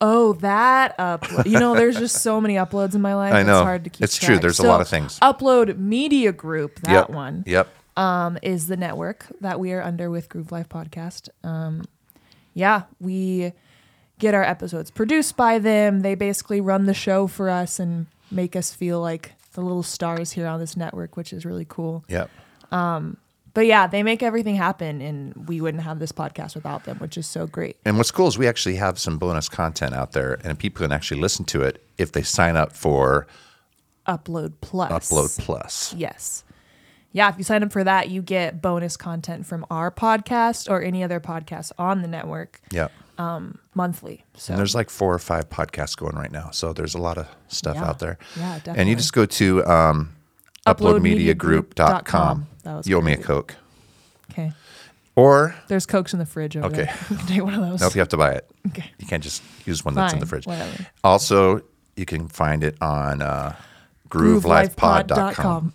Speaker 3: Oh, that upload. You know, there's just so many uploads
Speaker 2: (laughs)
Speaker 3: in my life.
Speaker 2: I
Speaker 3: It's
Speaker 2: know.
Speaker 3: hard to keep.
Speaker 2: It's true.
Speaker 3: track.
Speaker 2: There's a
Speaker 3: So,
Speaker 2: lot of things.
Speaker 3: Upload Media Group. That
Speaker 2: yep.
Speaker 3: one.
Speaker 2: Yep.
Speaker 3: um, is the network that we are under with Groove Life Podcast. Um, yeah, we get our episodes produced by them. They basically run the show for us and make us feel like the little stars here on this network, which is really cool.
Speaker 2: Yep.
Speaker 3: But yeah, they make everything happen, and we wouldn't have this podcast without them, which is so great.
Speaker 2: And what's cool is we actually have some bonus content out there, and people can actually listen to it if they sign up for
Speaker 3: Upload Plus.
Speaker 2: Upload Plus.
Speaker 3: Yes. Yeah, if you sign up for that, you get bonus content from our podcast or any other podcast on the network
Speaker 2: Yep.
Speaker 3: monthly. So
Speaker 2: And there's like four or five podcasts going right now, so there's a lot of stuff
Speaker 3: Yeah.
Speaker 2: out there.
Speaker 3: Yeah,
Speaker 2: And
Speaker 3: definitely.
Speaker 2: you just go to um,
Speaker 3: uploadmediagroup.com.
Speaker 2: uploadmediagroup.com.
Speaker 3: That was
Speaker 2: You owe me a
Speaker 3: crazy.
Speaker 2: Coke,
Speaker 3: okay.
Speaker 2: or
Speaker 3: There's cokes in the fridge. Over
Speaker 2: Okay.
Speaker 3: There. (laughs) We can Take one of those.
Speaker 2: nope, you have to buy it.
Speaker 3: Okay.
Speaker 2: You can't just use one that's in the
Speaker 3: Fine,
Speaker 2: fridge.
Speaker 3: whatever.
Speaker 2: Also, you can find it on uh,
Speaker 3: (laughs)
Speaker 2: groovelifepod.com.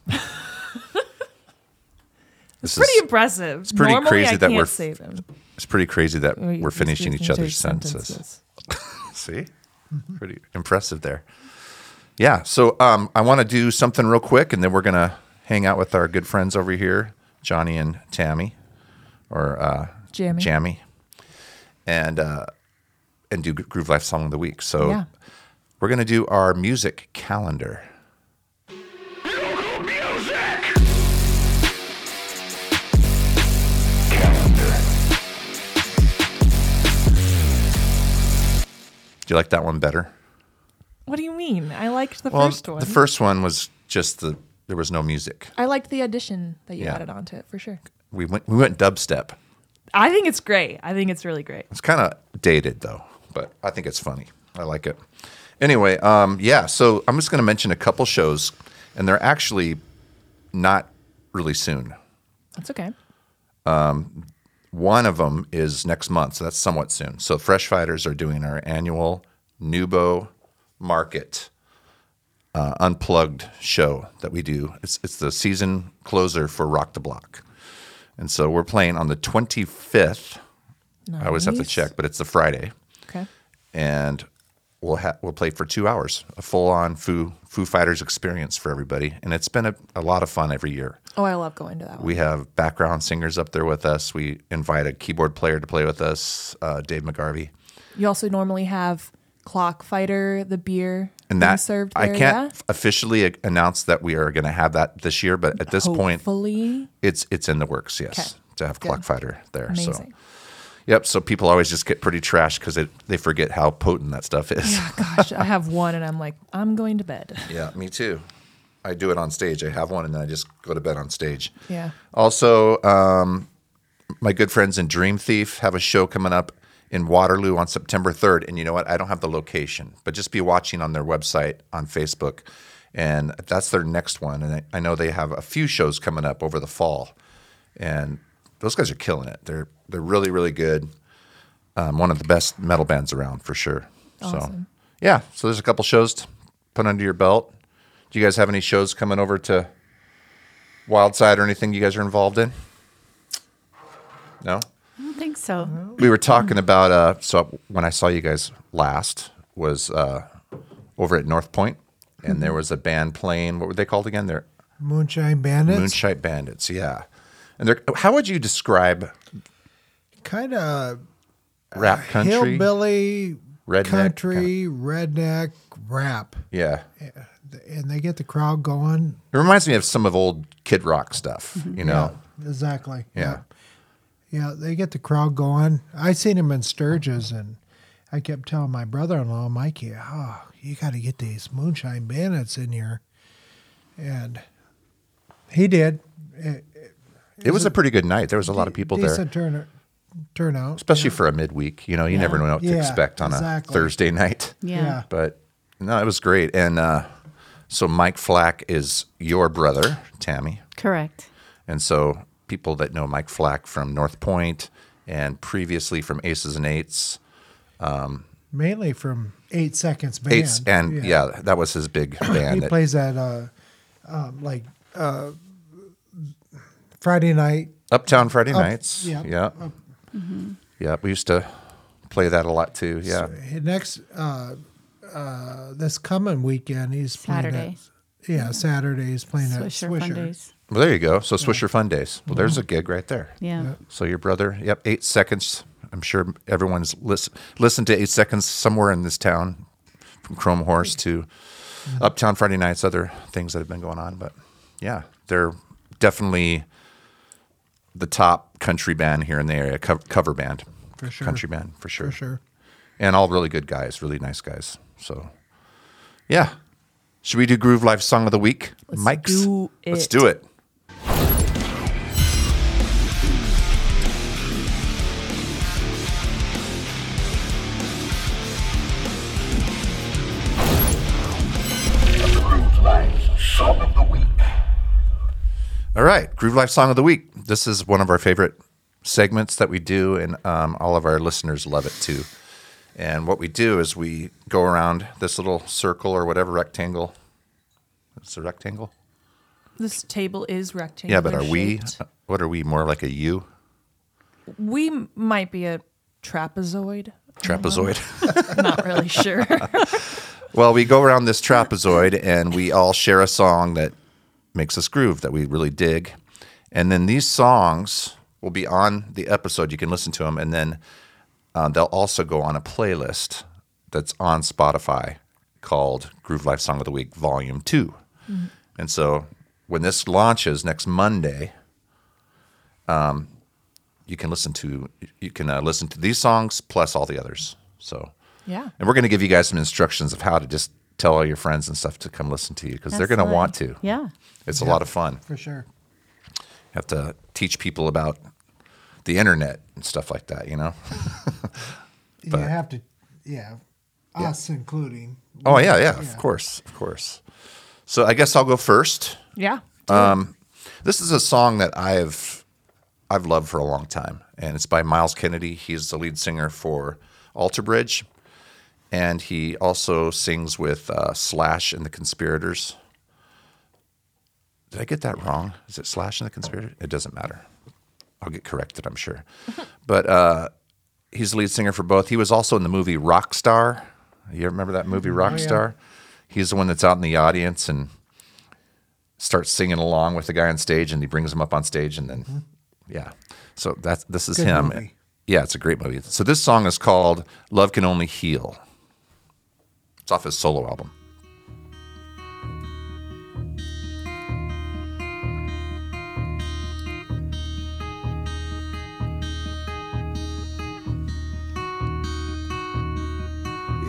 Speaker 2: This
Speaker 3: Pretty
Speaker 2: is,
Speaker 3: impressive. It's
Speaker 2: pretty
Speaker 3: Normally,
Speaker 2: crazy
Speaker 3: I
Speaker 2: that
Speaker 3: can't
Speaker 2: we're-
Speaker 3: say them.
Speaker 2: it's pretty crazy that
Speaker 3: We-
Speaker 2: we're finishing each other's sentences. See, pretty impressive there. Yeah. So um, I want to do something real quick, and then we're gonna hang out with our good friends over here, Johnny and Tammy, or uh,
Speaker 3: Jammy.
Speaker 2: and uh, and do Groove Life Song of the Week. So
Speaker 3: Yeah.
Speaker 2: we're gonna do our music calendar. Do you like that one better?
Speaker 3: What do you mean? I liked the first one.
Speaker 2: the first one was just the there was no music.
Speaker 3: I liked the addition that you
Speaker 2: Yeah.
Speaker 3: added onto it for sure.
Speaker 2: We went we went dubstep.
Speaker 3: I think it's great. I think it's really great.
Speaker 2: It's kind of dated though, but I think it's funny. I like it. Anyway, um, yeah. So I'm just going to mention a couple shows, and they're actually not really soon.
Speaker 3: That's okay.
Speaker 2: One of them is next month, so that's somewhat soon. So Fresh Fighters are doing our annual Nubo Market uh, Unplugged show that we do. It's it's the season closer for Rock the Block, and so we're playing on the 25th. I always have to
Speaker 3: Nice.
Speaker 2: check, but it's the Friday,
Speaker 3: Okay.
Speaker 2: and we'll ha- we'll play for two hours, a full on Foo Foo Fighters experience for everybody, and it's been a, a lot of fun every year.
Speaker 3: Oh, I love going to that one.
Speaker 2: We have background singers up there with us. We invite a keyboard player to play with us, uh, Dave McGarvey.
Speaker 3: You also normally have Clock Fighter, the beer
Speaker 2: And
Speaker 3: being
Speaker 2: that
Speaker 3: served.
Speaker 2: I
Speaker 3: there,
Speaker 2: can't
Speaker 3: yeah?
Speaker 2: officially a- announce that we are going to have that this year, but at this point,
Speaker 3: Hopefully,
Speaker 2: it's it's in the works. Yes,
Speaker 3: Okay.
Speaker 2: to have
Speaker 3: Good.
Speaker 2: Clock Fighter there. So,
Speaker 3: amazing.
Speaker 2: yep. So people always just get pretty trashed because they forget how potent that stuff is. (laughs) Yeah.
Speaker 3: Gosh, I have one, and I'm like, I'm going to bed. (laughs)
Speaker 2: me too. I do it on stage. I have one, and then I just go to bed on stage.
Speaker 3: Yeah.
Speaker 2: Also, um, my good friends in Dream Thief have a show coming up in Waterloo on September 3rd. And you know what? I don't have the location, but just be watching on their website on Facebook. And that's their next one. And I, I know they have a few shows coming up over the fall. And those guys are killing it. They're they're really really good. Um, one of the best metal bands around for sure. So yeah, so there's a couple shows to put under your belt. Do you guys have any shows coming over to Wildside or anything you guys are involved in? No.
Speaker 7: I don't think
Speaker 6: Uh-huh.
Speaker 7: so.
Speaker 2: We were talking about uh, so when I saw you guys last was uh, over at North Point, and there was a band playing. What were they called again? They're
Speaker 6: Moonshine Bandits.
Speaker 2: Moonshite Bandits. Yeah, and they're how would you describe
Speaker 6: Kind of
Speaker 2: rap country?
Speaker 6: Uh, hillbilly
Speaker 2: Redneck
Speaker 6: country redneck rap.
Speaker 2: Yeah,
Speaker 6: And they get the crowd going.
Speaker 2: it reminds me of some of old Kid Rock stuff.
Speaker 6: Mm-hmm.
Speaker 2: You know,
Speaker 6: Exactly.
Speaker 2: Yeah.
Speaker 6: Yeah, they get the crowd going. I seen them in Sturgis, and I kept telling my brother-in-law Mikey, "Oh, you got to get these moonshine bandits in here," and he did. It,
Speaker 2: it was a pretty good night. There was a lot of people there,
Speaker 6: decent turn turnout,
Speaker 2: especially for a midweek. You know, you never know what to
Speaker 6: Yeah,
Speaker 2: expect on a
Speaker 6: exactly.
Speaker 2: Thursday (laughs) night.
Speaker 7: Yeah.
Speaker 6: Yeah.
Speaker 2: But no, it was great. And uh, so Mike Flack is your brother, Tammy.
Speaker 7: Correct.
Speaker 2: And so people that know Mike Flack from North Point and previously from Aces and Eights,
Speaker 6: mainly from Eight Seconds Band.
Speaker 2: Eights, and yeah. that was his big
Speaker 6: he
Speaker 2: band. that-
Speaker 6: plays at uh, um, like uh, Friday night.
Speaker 2: Uptown Friday nights.
Speaker 6: yeah,
Speaker 2: Yeah. Mm-hmm. Yeah. We used to play that a lot too. Yeah.
Speaker 6: Next, uh, uh, this coming weekend, he's playing
Speaker 7: Saturday.
Speaker 6: at, yeah, Saturday he's playing
Speaker 7: Swisher,
Speaker 6: at Swisher.
Speaker 7: fun days.
Speaker 2: Well, there you go. So Swisher Fun Days. Well, there's a gig right there.
Speaker 7: Yeah.
Speaker 2: So your brother, yep, eight seconds. I'm sure everyone's listen listened to eight seconds somewhere in this town, from Chrome Horse to Uptown Friday nights, other things that have been going on. But yeah, they're definitely the top country band here in the area, co- cover band,
Speaker 6: For sure.
Speaker 2: country band for sure,
Speaker 6: For sure.
Speaker 2: and all really good guys, really nice guys. So yeah, should we do Groove Life Song of the Week? Let's Mike's,
Speaker 3: do
Speaker 2: let's
Speaker 3: it.
Speaker 2: do it. All right, Groove Life Song of the Week. This is one of our favorite segments that we do, and um, all of our listeners love it too. And what we do is we go around this little circle or whatever rectangle. It's a rectangle?
Speaker 3: This table is rectangular.
Speaker 2: Yeah, but are we,
Speaker 3: shaped.
Speaker 2: what are we, more like a U?
Speaker 3: We m- might be a trapezoid.
Speaker 2: Trapezoid? (laughs)
Speaker 3: I'm not really sure. (laughs)
Speaker 2: Well, we go around this trapezoid and we all share a song that makes us groove that we really dig. And then these songs will be on the episode. You can listen to them. And then uh, they'll also go on a playlist that's on Spotify called Groove Life Song of the Week Volume 2. And so when this launches next Monday, um, you can listen to you can uh, listen to these songs plus all the others. So
Speaker 3: Yeah.
Speaker 2: and we're going to give you guys some instructions of how to just tell all your friends and stuff to come listen to you because they're
Speaker 7: That's
Speaker 2: going to
Speaker 7: fun.
Speaker 2: want to.
Speaker 7: Yeah.
Speaker 2: It's a lot of fun.
Speaker 6: For sure.
Speaker 2: have to teach people about the internet and stuff like that, you know?
Speaker 6: you
Speaker 2: But-
Speaker 6: have to, yeah, us including.
Speaker 2: Oh, yeah, yeah, of
Speaker 6: Yeah.
Speaker 2: course, of course. So I guess I'll go first.
Speaker 3: yeah.
Speaker 2: Um, This is a song that I've I've loved for a long time, and it's by Miles Kennedy. He's the lead singer for Alter Bridge, and he also sings with uh, Slash and the Conspirators. Did I get that wrong? Is it Slash and the Conspirators? It doesn't matter. I'll get corrected, I'm
Speaker 6: (laughs)
Speaker 2: sure. but uh, he's the lead singer for both. He was also in the movie Rockstar. You remember that
Speaker 6: Oh,
Speaker 2: movie Rockstar? He's the one that's out in the audience and starts singing along with the guy on stage, and he brings him up on stage, and then yeah. So that's this is
Speaker 6: Mm-hmm. Good
Speaker 2: him.
Speaker 6: movie.
Speaker 2: Yeah, it's a great movie. So this song is called "Love Can Only Heal." It's off his solo album.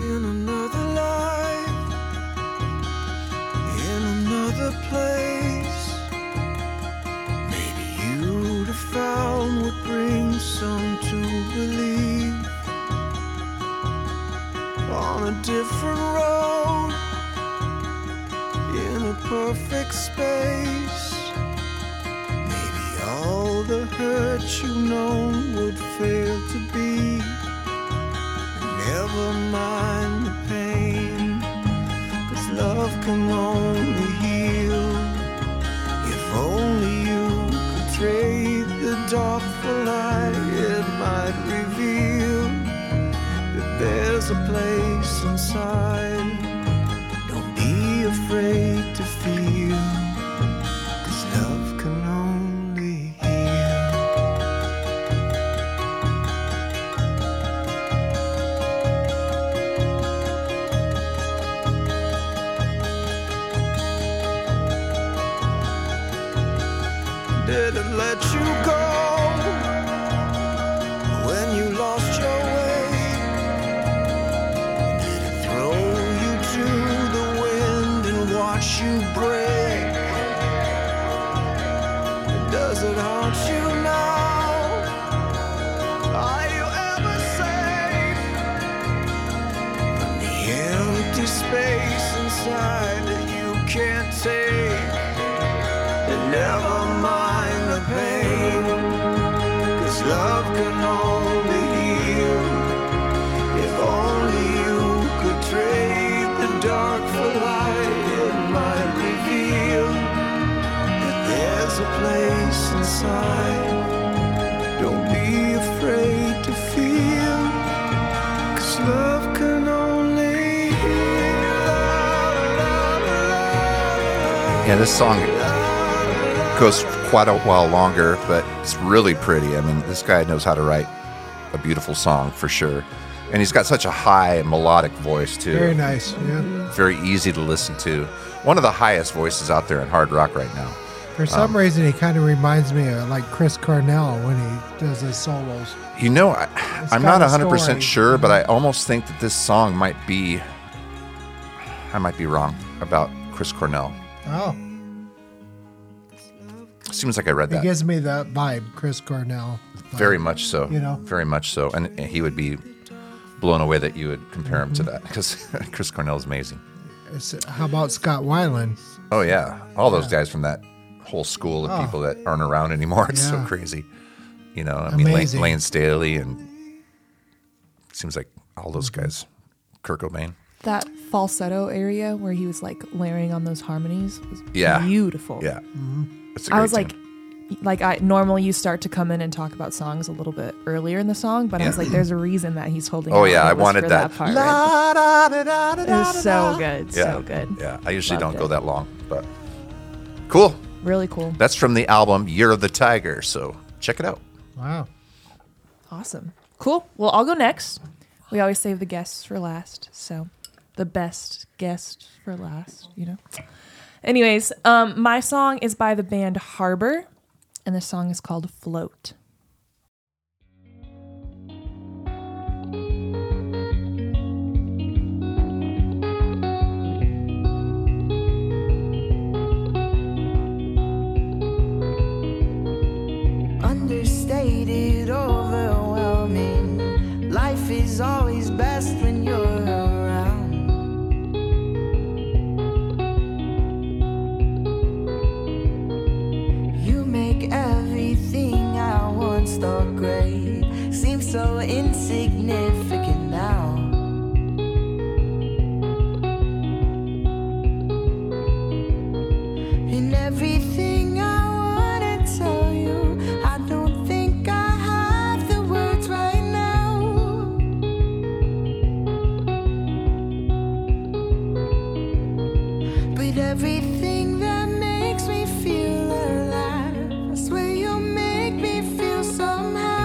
Speaker 8: in another life, in another place. Maybe you'd have found what brings some to believe on a different road, in a perfect space. Maybe all the hurt you know would fail to be. Never mind the pain, cause love can only heal. If only you could trade the dark for light, it might reveal that there's a place inside. Don't be afraid to feel, cause love can only heal. Did it let you go when you lost your way? Did it throw you to the wind and watch you break? Does it haunt you now? Are you ever safe? From the empty space inside that you can't take. And never mind the pain, cause love can only heal. If only you could trade the dark for light, it might reveal that there's a place inside. Don't be afraid to feel, cause love can only heal.
Speaker 2: Yeah, this song uh, goes quite a while longer, but it's really pretty. I mean, this guy knows how to write a beautiful song for sure. And he's got such a high melodic voice, too.
Speaker 6: Very nice. Yeah.
Speaker 2: Very easy to listen to. One of the highest voices out there in hard rock right now.
Speaker 6: For some reason, he kind of reminds me of like Chris Cornell when he does his solos.
Speaker 2: You know, I,
Speaker 6: It's
Speaker 2: I'm
Speaker 6: got
Speaker 2: not
Speaker 6: a
Speaker 2: 100%
Speaker 6: story. Mm-hmm.
Speaker 2: sure, but I almost think that this song might be. I might be wrong about Chris Cornell.
Speaker 6: Oh,
Speaker 2: Seems like I read
Speaker 6: he
Speaker 2: that.
Speaker 6: gives me that vibe, Chris Cornell.
Speaker 2: Very much so.
Speaker 6: You know?
Speaker 2: very much so. And and he would be blown away that you would compare him to
Speaker 6: Mm-hmm.
Speaker 2: that because (laughs) Chris Cornell is amazing.
Speaker 6: It's- How about Scott Weiland?
Speaker 2: Oh yeah, all those guys from that whole school of
Speaker 6: Oh.
Speaker 2: people that aren't around anymore. (laughs) It's so
Speaker 6: Yeah.
Speaker 2: crazy. You know, I mean, Lane,
Speaker 6: Amazing.
Speaker 2: Lane Staley and seems like all those
Speaker 6: Mm-hmm.
Speaker 2: guys. Kirk Cobain.
Speaker 3: That falsetto area where he was like layering on those harmonies was
Speaker 2: Yeah.
Speaker 3: beautiful.
Speaker 2: Yeah,
Speaker 6: Mm-hmm.
Speaker 2: it's a
Speaker 3: I was
Speaker 2: great
Speaker 3: like,
Speaker 2: tune.
Speaker 3: like I normally you start to come in and talk about songs a little bit earlier in the song, but I was
Speaker 2: Yeah.
Speaker 3: like, there's a reason that he's holding.
Speaker 2: Oh
Speaker 3: out,
Speaker 2: yeah,
Speaker 3: and
Speaker 2: I
Speaker 3: it was
Speaker 2: wanted
Speaker 3: for
Speaker 2: that.
Speaker 3: part. right?
Speaker 2: La, da, da, da, da,
Speaker 3: It was so
Speaker 2: da, da.
Speaker 3: good, so good.
Speaker 2: Yeah, I usually
Speaker 3: Loved
Speaker 2: don't go
Speaker 3: it.
Speaker 2: that long, but cool.
Speaker 3: Really cool.
Speaker 2: That's from the album Year of the Tiger, so check it out.
Speaker 6: Wow.
Speaker 3: Awesome. Cool. Well, I'll go next. We always save the guests for last, so the best guest for last, you know. Anyways, um, my song is by the band Harbor, and the song is called Float. (laughs)
Speaker 8: understated, overwhelming. Life is always best when you're around.
Speaker 9: in everything I wanna tell you. I don't think I have the words right now. But everything that makes me feel alive, I swear you make me feel somehow.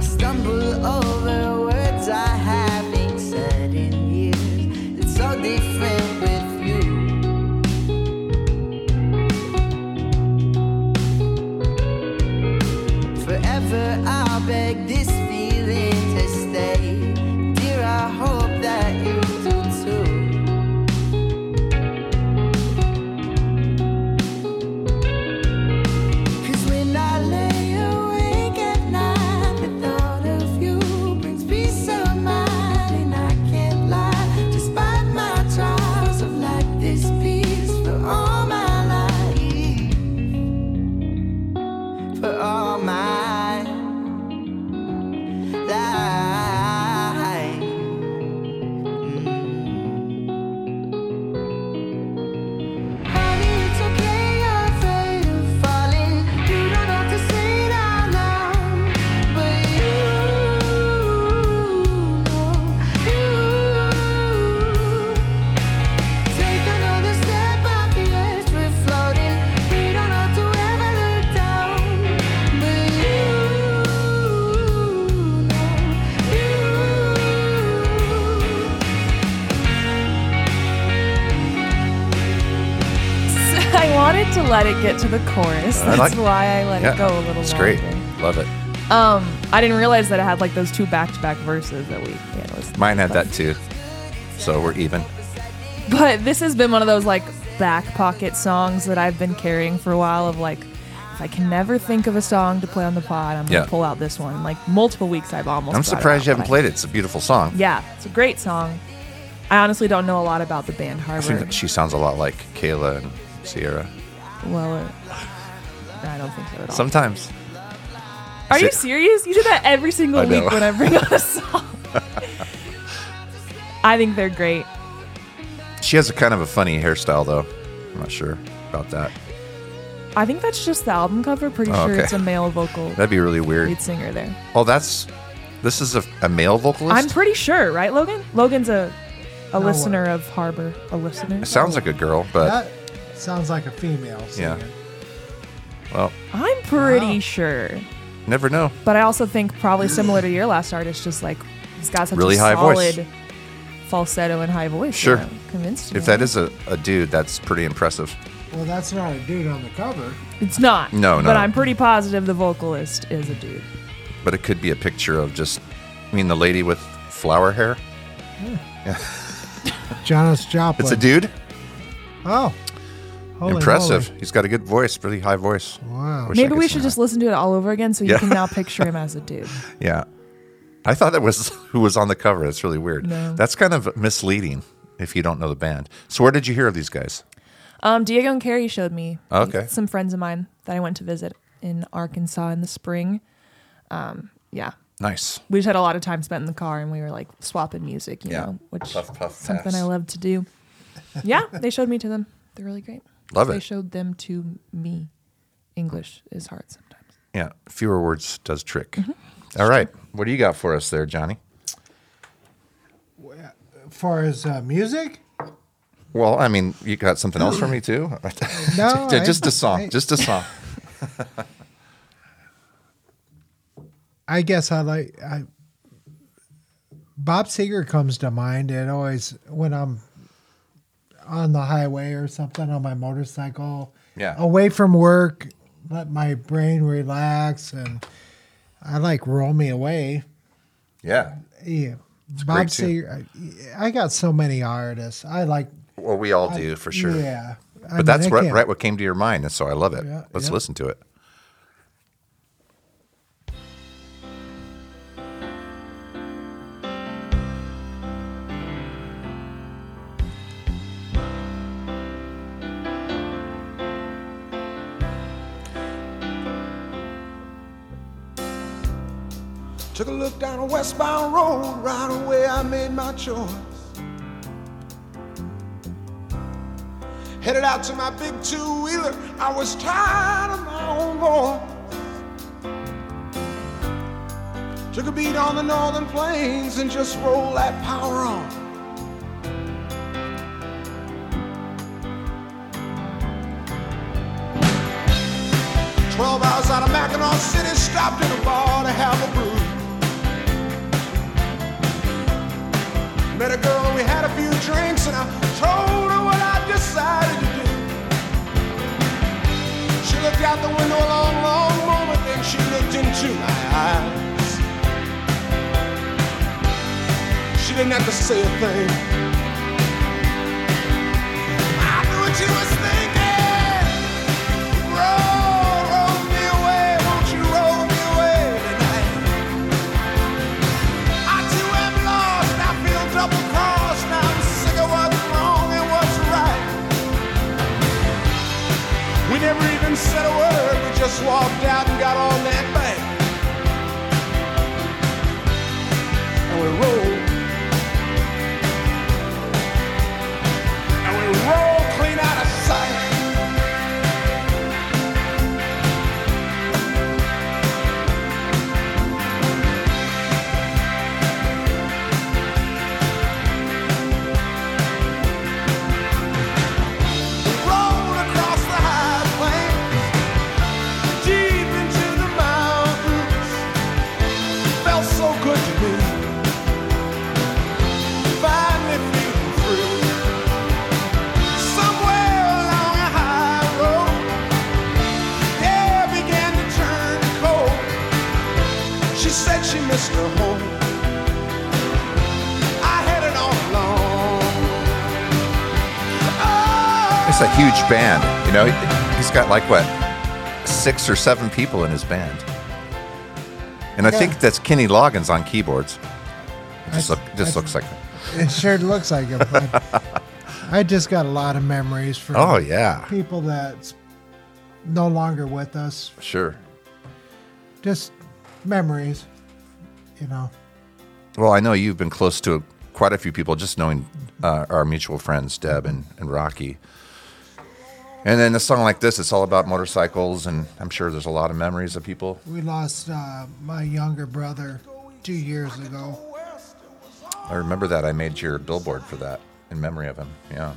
Speaker 9: stumble over words I haven't said in years. It's so different with you. Forever I'll beg this feeling to stay. Dear, I hope that you do too. Cause when I lay awake at night, the thought of you brings peace of mind. And I can't lie, despite my trials, I've lacked this peace for all my life. For all my life. Honey, it's okay, you're afraid of falling. You don't have to say it out loud. But you know, you take another step up the edge. We're floating. We don't have to ever look down. But you know, you.
Speaker 3: I wanted to let it get to the chorus.
Speaker 2: I
Speaker 3: That's
Speaker 2: like-
Speaker 3: why I let it go a little
Speaker 2: It's
Speaker 3: longer.
Speaker 2: great. Love it.
Speaker 3: Um, I didn't realize that it had like those two back-to-back verses that we had listened.
Speaker 2: Mine had that too. So we're even.
Speaker 3: But this has been one of those like back pocket songs that I've been carrying for a while. Of like, if I can never think of a song to play on the pod, I'm gonna
Speaker 2: Yeah.
Speaker 3: pull out this one. Like multiple weeks, I've almost.
Speaker 2: I'm
Speaker 3: brought it
Speaker 2: surprised you
Speaker 3: out,
Speaker 2: haven't
Speaker 3: but I-
Speaker 2: played it. It's a beautiful song.
Speaker 3: Yeah, it's a great song. I honestly don't know a lot about the band
Speaker 2: I
Speaker 3: Harbor.
Speaker 2: think that she sounds a lot like Kayla and Sierra.
Speaker 3: Oh. well, it, I don't think so at all.
Speaker 2: Sometimes.
Speaker 3: Are you serious? You do that every single
Speaker 2: I know.
Speaker 3: week when I bring
Speaker 2: (laughs)
Speaker 3: on a song. I think they're great.
Speaker 2: She has a kind of a funny hairstyle though. I'm not sure about that.
Speaker 3: I think that's just the album cover. Pretty
Speaker 2: Oh,
Speaker 3: sure
Speaker 2: okay.
Speaker 3: it's a male vocal
Speaker 2: That'd be really weird.
Speaker 3: lead singer there.
Speaker 2: Oh, that's this is a, a male vocalist.
Speaker 3: I'm pretty sure, right, Logan? Logan's a a
Speaker 6: No
Speaker 3: listener of Harbor. A listener.
Speaker 2: it sounds like a girl, but
Speaker 6: That sounds like a female.
Speaker 2: Yeah.
Speaker 6: Singing.
Speaker 2: well,
Speaker 3: I'm pretty sure,
Speaker 2: never know.
Speaker 3: but I also think probably similar to your last artist, just like he's got such
Speaker 2: Really
Speaker 3: a
Speaker 2: high
Speaker 3: solid
Speaker 2: voice.
Speaker 3: falsetto and high voice.
Speaker 2: Sure.
Speaker 3: that I'm convinced.
Speaker 2: If that is a, a dude, that's pretty impressive.
Speaker 6: Well, that's not a dude on the cover.
Speaker 3: it's not.
Speaker 2: No, no.
Speaker 3: But I'm pretty positive the vocalist is a dude.
Speaker 2: But it could be a picture of just I mean the lady with flower hair.
Speaker 6: Jonas Joplin.
Speaker 2: It's a dude.
Speaker 6: Oh. Holy
Speaker 2: impressive.
Speaker 6: moly.
Speaker 2: He's got a good voice, really high voice.
Speaker 6: Wow.
Speaker 2: Wish I
Speaker 3: Maybe
Speaker 2: could
Speaker 3: we
Speaker 2: sing
Speaker 3: should
Speaker 2: that.
Speaker 3: just listen to it all over again so
Speaker 2: Yeah.
Speaker 3: you can
Speaker 2: (laughs)
Speaker 3: now picture him as a dude.
Speaker 2: Yeah. I thought that was (laughs) who was on the cover. That's really weird.
Speaker 3: No.
Speaker 2: That's kind of misleading if you don't know the band. So where did you hear of these guys?
Speaker 3: Um, Diego and Carrie showed me
Speaker 2: Okay.
Speaker 3: some friends of mine that I went to visit in Arkansas in the spring. Um, yeah.
Speaker 2: Nice.
Speaker 3: We just had a lot of time spent in the car and we were like swapping music, you
Speaker 2: Yeah.
Speaker 3: know, which
Speaker 2: Puff, puff,
Speaker 3: something
Speaker 2: pass.
Speaker 3: I love to do. Yeah, they showed me to them. They're really great.
Speaker 2: Love
Speaker 3: They
Speaker 2: it.
Speaker 3: showed them to me. English is hard sometimes.
Speaker 2: Yeah. Fewer words does trick.
Speaker 6: Mm-hmm.
Speaker 2: All right. What do you got for us there, Johnny?
Speaker 6: For his uh, music?
Speaker 2: Well, I mean, you got something else for me too? (laughs)
Speaker 6: No. I-
Speaker 2: just a song.
Speaker 6: I-
Speaker 2: Just a
Speaker 6: (laughs)
Speaker 2: song.
Speaker 6: I guess I like I Bob Seger comes to mind. It always when I'm on the highway or something on my motorcycle,
Speaker 2: Yeah.
Speaker 6: away from work, let my brain relax, and I like "Roll Me Away."
Speaker 2: Yeah.
Speaker 6: Yeah, Bob
Speaker 2: great tune.
Speaker 6: Seger. I, I got so many artists. I like.
Speaker 2: Well, we all do for sure.
Speaker 6: Yeah, I
Speaker 2: But
Speaker 6: mean,
Speaker 2: that's
Speaker 6: I
Speaker 2: right,
Speaker 6: can't-
Speaker 2: right what came to your mind, and so I love it.
Speaker 6: Yeah,
Speaker 2: Let's
Speaker 6: yeah.
Speaker 2: listen to it.
Speaker 8: Took a look down a westbound road, right away I made my choice. Headed out to my big two wheeler, I was tired of my own voice. Took a beat on the northern plains and just rolled that power on. Twelve hours out of Mackinac City, stopped in a bar to have a brew. Met a girl, we had a few drinks, and I told her what I decided to do. She looked out the window a long, long moment, then she looked into my eyes. She didn't have to say a thing. I knew what she was thinking. Roll, roll me away, won't you roll me away tonight? I too am lost. I feel double crossed. I'm sick of what's wrong and what's right. We never even said a word. We just walked out and got on that bank. And we rolled. And we rolled clean out of sight. Rolled across the high plains, deep into the mountains. Felt so good to be finally feeling free. Somewhere along a high road, air began to turn cold. She said she missed her home. I headed all alone. Oh,
Speaker 2: It's a huge band. You know, He- he's got like what six or seven people in his band, and I think that's Kenny Loggins on keyboards. It just look, just looks like.
Speaker 6: It sure looks like it. But
Speaker 2: (laughs)
Speaker 6: I just got a lot of memories from
Speaker 2: Oh yeah,
Speaker 6: people that's no longer with us.
Speaker 2: sure.
Speaker 6: Just memories, you know.
Speaker 2: Well, I know you've been close to quite a few people, just knowing uh, our mutual friends, Deb and, and Rocky. And then a song like this, it's all about motorcycles, and I'm sure there's a lot of memories of people.
Speaker 6: We lost uh, my younger brother two years ago.
Speaker 2: I remember that. I made your billboard for that in memory of him. Yeah.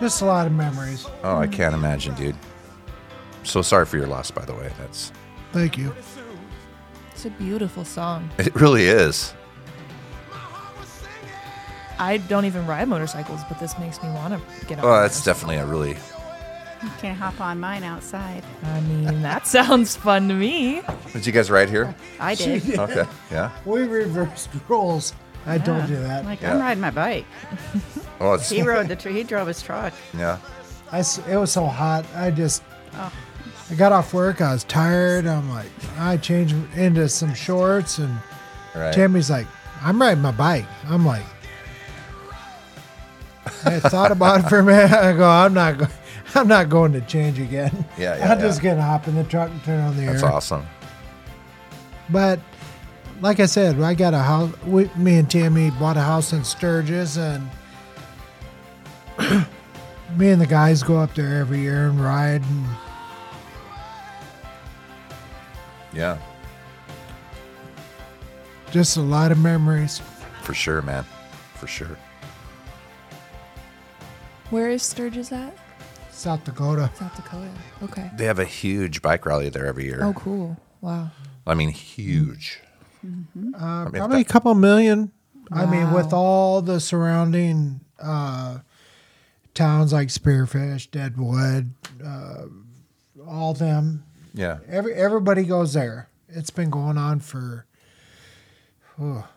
Speaker 6: Just a lot of memories.
Speaker 2: Oh, I can't imagine, dude. So sorry for your loss, by the way. That's (laughs)
Speaker 6: Thank you.
Speaker 3: It's a beautiful song.
Speaker 2: it. Really is.
Speaker 3: I don't even ride motorcycles, but this makes me want to get on.
Speaker 2: Oh, that's definitely a really.
Speaker 7: You can hop on mine outside.
Speaker 3: one. I mean, that (laughs) sounds fun to me.
Speaker 2: Did you guys ride
Speaker 7: (laughs)
Speaker 2: here?
Speaker 7: I did.
Speaker 2: Okay. Yeah.
Speaker 6: We reversed (laughs) roles. I told you that.
Speaker 7: Like
Speaker 2: Yeah.
Speaker 7: I'm riding my bike.
Speaker 2: Oh, it's
Speaker 7: (laughs) He rode the tr- he drove his truck.
Speaker 2: yeah.
Speaker 6: I s it was so hot. I just, I got off work. I was tired. I'm like, I changed into some shorts, and
Speaker 2: Right.
Speaker 6: Tammy's like, I'm riding my bike. I'm like, I thought about it for a minute. I go, I'm not, go- (laughs) I'm not going to change again.
Speaker 2: Yeah, yeah,
Speaker 6: I'm just
Speaker 2: yeah.
Speaker 6: gonna hop in the truck and turn on the
Speaker 2: That's
Speaker 6: air.
Speaker 2: awesome.
Speaker 6: But like I said, I got a house. We, me and Tammy bought a house in Sturgis, and (clears throat) me and the guys go up there every year and ride. And
Speaker 2: Yeah.
Speaker 6: just a lot of memories.
Speaker 2: For sure, man. For sure.
Speaker 3: Where is Sturgis at?
Speaker 6: South Dakota.
Speaker 3: South Dakota. Okay.
Speaker 2: They have a huge bike rally there every year.
Speaker 3: Oh, cool. Wow.
Speaker 2: I mean, huge.
Speaker 7: Uh,
Speaker 2: I mean,
Speaker 6: Probably a
Speaker 2: that-
Speaker 6: couple million. I mean, with
Speaker 3: Wow.
Speaker 6: all the surrounding uh, towns like Spearfish, Deadwood, uh, all them,
Speaker 2: yeah.
Speaker 6: every everybody goes there. It's been going on for oh,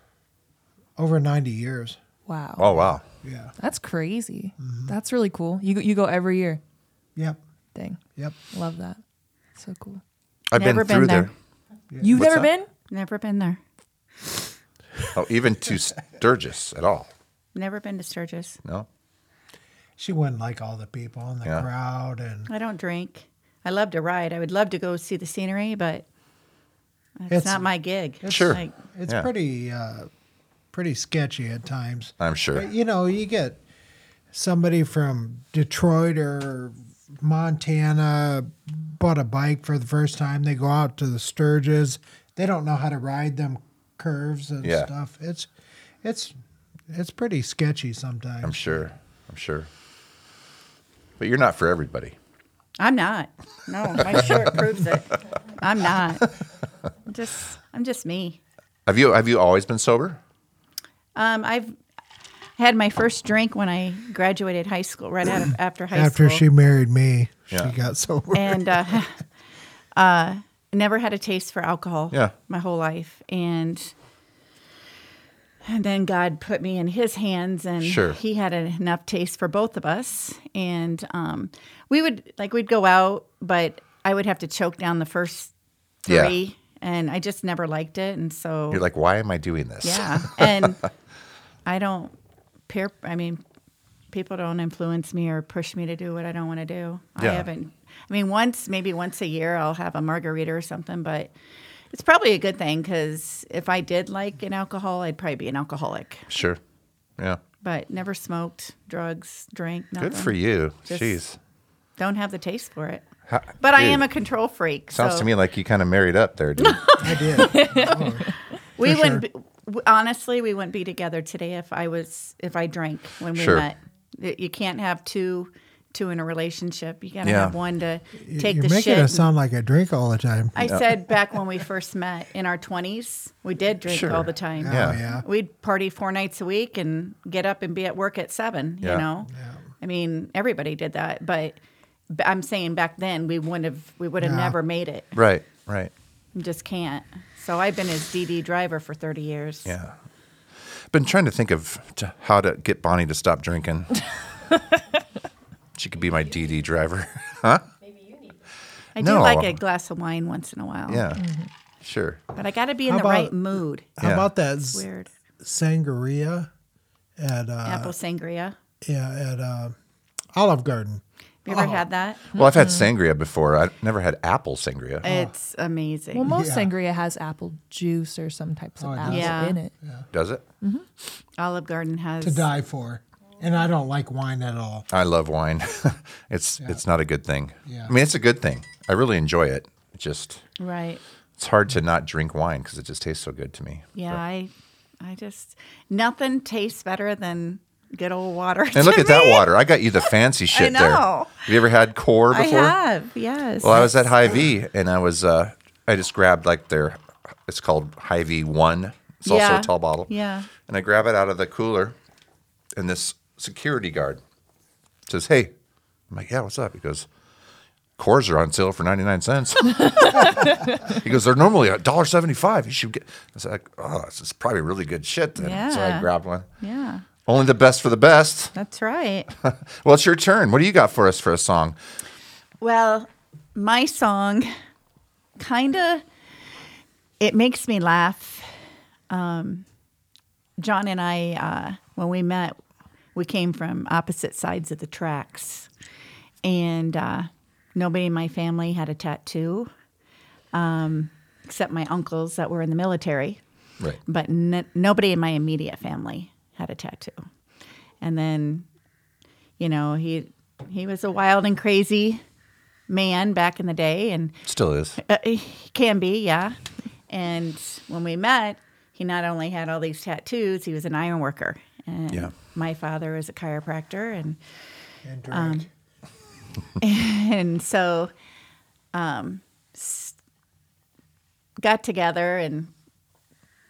Speaker 6: over ninety years.
Speaker 3: Wow.
Speaker 2: Oh wow.
Speaker 6: Yeah.
Speaker 3: That's crazy. That's really cool. You go- you go every year.
Speaker 6: Yep.
Speaker 3: Dang.
Speaker 6: Yep.
Speaker 3: Love that. So cool.
Speaker 2: I've
Speaker 7: Never
Speaker 2: been
Speaker 7: been
Speaker 2: through
Speaker 7: there.
Speaker 2: there.
Speaker 3: You've
Speaker 2: What's
Speaker 3: never
Speaker 2: that?
Speaker 3: been?
Speaker 7: Never been there.
Speaker 2: Oh, even
Speaker 7: (laughs)
Speaker 2: to Sturgis at all?
Speaker 7: Never been to Sturgis.
Speaker 2: No.
Speaker 6: She wouldn't like all the people in the
Speaker 2: Yeah.
Speaker 6: crowd and
Speaker 7: I don't drink. I love to ride. I would love to go see the scenery, but That's
Speaker 6: It's-
Speaker 7: not my gig.
Speaker 2: Sure.
Speaker 7: Like,
Speaker 6: It's
Speaker 2: Yeah.
Speaker 6: pretty uh, pretty sketchy at times.
Speaker 2: I'm sure.
Speaker 6: But, you know, you get somebody from Detroit or Montana bought a bike for the first time. They go out to the Sturges. They don't know how to ride them curves and
Speaker 2: Yeah.
Speaker 6: stuff. It's it's it's pretty sketchy sometimes.
Speaker 2: I'm sure. I'm sure. But you're not for everybody.
Speaker 7: I'm not. No, my
Speaker 6: (laughs)
Speaker 7: shirt proves it. I'm not. I'm just I'm just me.
Speaker 2: Have you have you always been sober?
Speaker 7: Um, I've had my first drink when I graduated high school, right out of, after high
Speaker 6: After she
Speaker 7: school,
Speaker 6: married me,
Speaker 2: Yeah.
Speaker 6: she
Speaker 2: (laughs)
Speaker 6: got sober.
Speaker 7: (laughs) and uh, uh, never had a taste for alcohol.
Speaker 2: Yeah.
Speaker 7: my whole life, and and then God put me in His hands, and
Speaker 2: Sure.
Speaker 7: He had enough taste for both of us, and um, we would like we'd go out, but I would have to choke down the first
Speaker 2: Yeah.
Speaker 7: three, and I just never liked it, and so
Speaker 2: You're like, why am I doing this? (laughs)
Speaker 7: Yeah, and I don't peer. I mean, people don't influence me or push me to do what I don't want to do. I
Speaker 2: Yeah.
Speaker 7: haven't. I mean, once maybe once a year I'll have a margarita or something, but it's probably a good thing because if I did like an alcohol, I'd probably be an alcoholic.
Speaker 2: Sure. Yeah.
Speaker 7: But never smoked, drugs, drank. Nothing.
Speaker 2: Good for you.
Speaker 7: Just-
Speaker 2: Jeez.
Speaker 7: Don't have the taste for it.
Speaker 2: Ha-
Speaker 7: But I
Speaker 2: dude,
Speaker 7: am a control freak.
Speaker 2: Sounds
Speaker 7: so
Speaker 2: to me like you kind of married up there,
Speaker 7: (laughs)
Speaker 2: dude.
Speaker 6: I did. Oh,
Speaker 7: we wouldn't be, w- honestly we wouldn't be together today if i was if i drank when we
Speaker 2: Sure.
Speaker 7: met Y- you can't have two two in a relationship you gotta
Speaker 2: Yeah.
Speaker 7: have one to take
Speaker 6: You're
Speaker 7: the
Speaker 6: making
Speaker 7: shit
Speaker 6: it sound like I drink all the time.
Speaker 7: i said back when we first met in our 20s we did drink
Speaker 2: Sure.
Speaker 7: all the time
Speaker 2: Yeah.
Speaker 6: Oh, yeah.
Speaker 7: we'd party four nights a week and get up and be at work at seven
Speaker 2: Yeah.
Speaker 7: you know i mean everybody did that but b- i'm saying back then we wouldn't have we would have
Speaker 6: Yeah.
Speaker 7: never made it
Speaker 2: right. Right.
Speaker 7: just can't so i've been his dd driver for 30 years
Speaker 2: Yeah. Been trying to think of t- how to get Bonnie to stop drinking. she could be my DD driver. (laughs)
Speaker 7: I
Speaker 2: No.
Speaker 7: do like a glass of wine once in a while.
Speaker 2: yeah. Sure.
Speaker 7: But I got to be in
Speaker 6: How
Speaker 7: the right
Speaker 6: about-
Speaker 7: mood.
Speaker 6: How
Speaker 2: Yeah.
Speaker 6: about that s-
Speaker 7: Weird.
Speaker 6: sangria at uh,
Speaker 7: Apple sangria.
Speaker 6: yeah at uh, Olive Garden?
Speaker 7: You
Speaker 6: oh.
Speaker 7: ever had that?
Speaker 2: Well, I've had
Speaker 7: Mm-hmm.
Speaker 2: sangria before. I've never had apple sangria.
Speaker 6: Oh.
Speaker 7: It's amazing.
Speaker 3: Well, most
Speaker 6: Yeah.
Speaker 3: sangria has apple juice or some types of
Speaker 6: it
Speaker 3: apple
Speaker 7: does. Yeah.
Speaker 3: in it.
Speaker 2: Does it?
Speaker 7: Mm-hmm. Olive Garden has.
Speaker 6: to die for. And I don't like wine at all.
Speaker 2: I love wine. (laughs) it's it's not a good thing.
Speaker 6: Yeah.
Speaker 2: I mean, it's a good thing. I really enjoy it. It just
Speaker 7: Right.
Speaker 2: it's hard to not drink wine because it just tastes so good to me.
Speaker 7: Yeah. I, I just nothing tastes better than good old water.
Speaker 2: And
Speaker 7: (laughs)
Speaker 2: look at that water. I got you the fancy shit there.
Speaker 7: know.
Speaker 2: Have you ever had core
Speaker 7: I
Speaker 2: before?
Speaker 7: have. Yes.
Speaker 2: Well, I was at High V and I was uh I just grabbed like their it's called High V One. It's also
Speaker 7: Yeah.
Speaker 2: a tall bottle.
Speaker 7: Yeah.
Speaker 2: And I grab it out of the cooler and this security guard says, Hey. I'm like, Yeah, what's up? He goes, Cores are on sale for ninety nine cents. (laughs) he goes, They're normally a dollar seventy five. You should get I was like, Oh, this is probably really good shit then. So I
Speaker 7: Yeah.
Speaker 2: grabbed one.
Speaker 7: yeah.
Speaker 2: Only the best for the best.
Speaker 7: That's right.
Speaker 2: Well, it's your turn. What do you got for us for a song?
Speaker 7: Well, my song kind of it makes me laugh. Um, John and I, uh, when we met, we came from opposite sides of the tracks, and uh, nobody in my family had a tattoo, um, except my uncles that were in the military
Speaker 2: Right.
Speaker 7: but n- nobody in my immediate family had a tattoo. And then, you know, he he was a wild and crazy man back in the day, and
Speaker 2: Still is.
Speaker 7: uh, he can be, yeah. And when we met, he not only had all these tattoos, he was an iron worker. And
Speaker 2: Yeah.
Speaker 7: my father was a chiropractor, and
Speaker 6: And drink.
Speaker 7: (laughs) and so um, s- got together and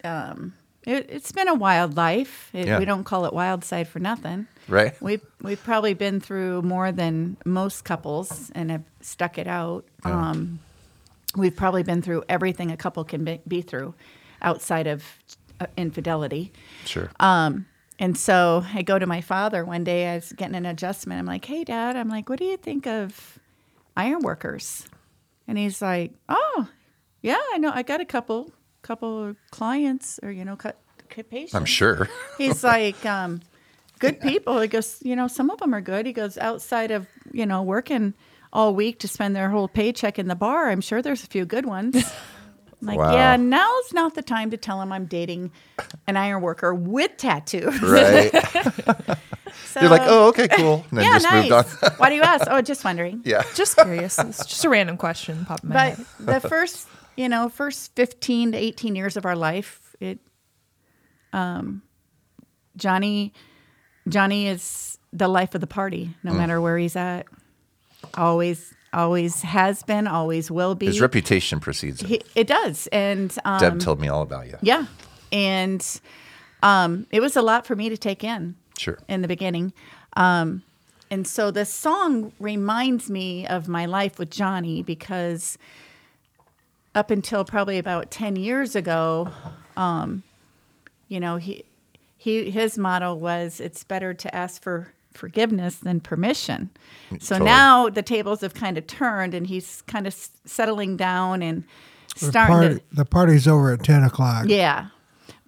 Speaker 7: um, it, it's been a wild life. It,
Speaker 2: Yeah.
Speaker 7: We don't call it wild side for nothing.
Speaker 2: Right.
Speaker 7: We've, we've probably been through more than most couples and have stuck it out. Um, we've probably been through everything a couple can be, be through outside of uh, infidelity.
Speaker 2: Sure.
Speaker 7: Um, And so I go to my father one day. I was getting an adjustment. I'm like, "Hey, Dad." I'm like, "What do you think of iron workers?" And he's like, "Oh, yeah, I know. I got a couple, couple of clients, or you know, cut patients."
Speaker 2: I'm sure.
Speaker 7: He's like, um, "Good people." He goes, "You know, some of them are good." He goes, "Outside of you know working all week to spend their whole paycheck in the bar, I'm sure there's a few good ones." I'm like,
Speaker 2: Wow.
Speaker 7: yeah, now's not the time to tell him I'm dating an iron worker with
Speaker 2: (laughs)
Speaker 7: tattoos.
Speaker 2: Right.
Speaker 7: So,
Speaker 2: You're like, oh, okay, cool. And then
Speaker 7: yeah,
Speaker 2: just
Speaker 7: nice.
Speaker 2: moved on.
Speaker 7: Why do you ask? Oh, just wondering.
Speaker 2: yeah.
Speaker 3: (laughs) Just curious. it's just a random question popped in my (laughs)
Speaker 7: But
Speaker 3: head.
Speaker 7: the first, you know, first 15 to 18 years of our life, it, um, Johnny, Johnny is the life of the party, no matter where he's at. Always, always has been, always will be.
Speaker 2: His reputation precedes him.
Speaker 7: He- it does. And, um,
Speaker 2: Deb told me all about you.
Speaker 7: yeah. And, um, it was a lot for me to take in
Speaker 2: Sure.
Speaker 7: in the beginning. Um, and so this song reminds me of my life with Johnny because up until probably about 10 years ago, um, you know, he, he, his motto was it's better to ask for forgiveness than permission. So
Speaker 2: Mm, Totally.
Speaker 7: now the tables have kind of turned and he's kind of s- settling down and
Speaker 6: The,
Speaker 7: starting
Speaker 6: party-
Speaker 7: to,
Speaker 6: the party's over at 10 o'clock.
Speaker 7: yeah.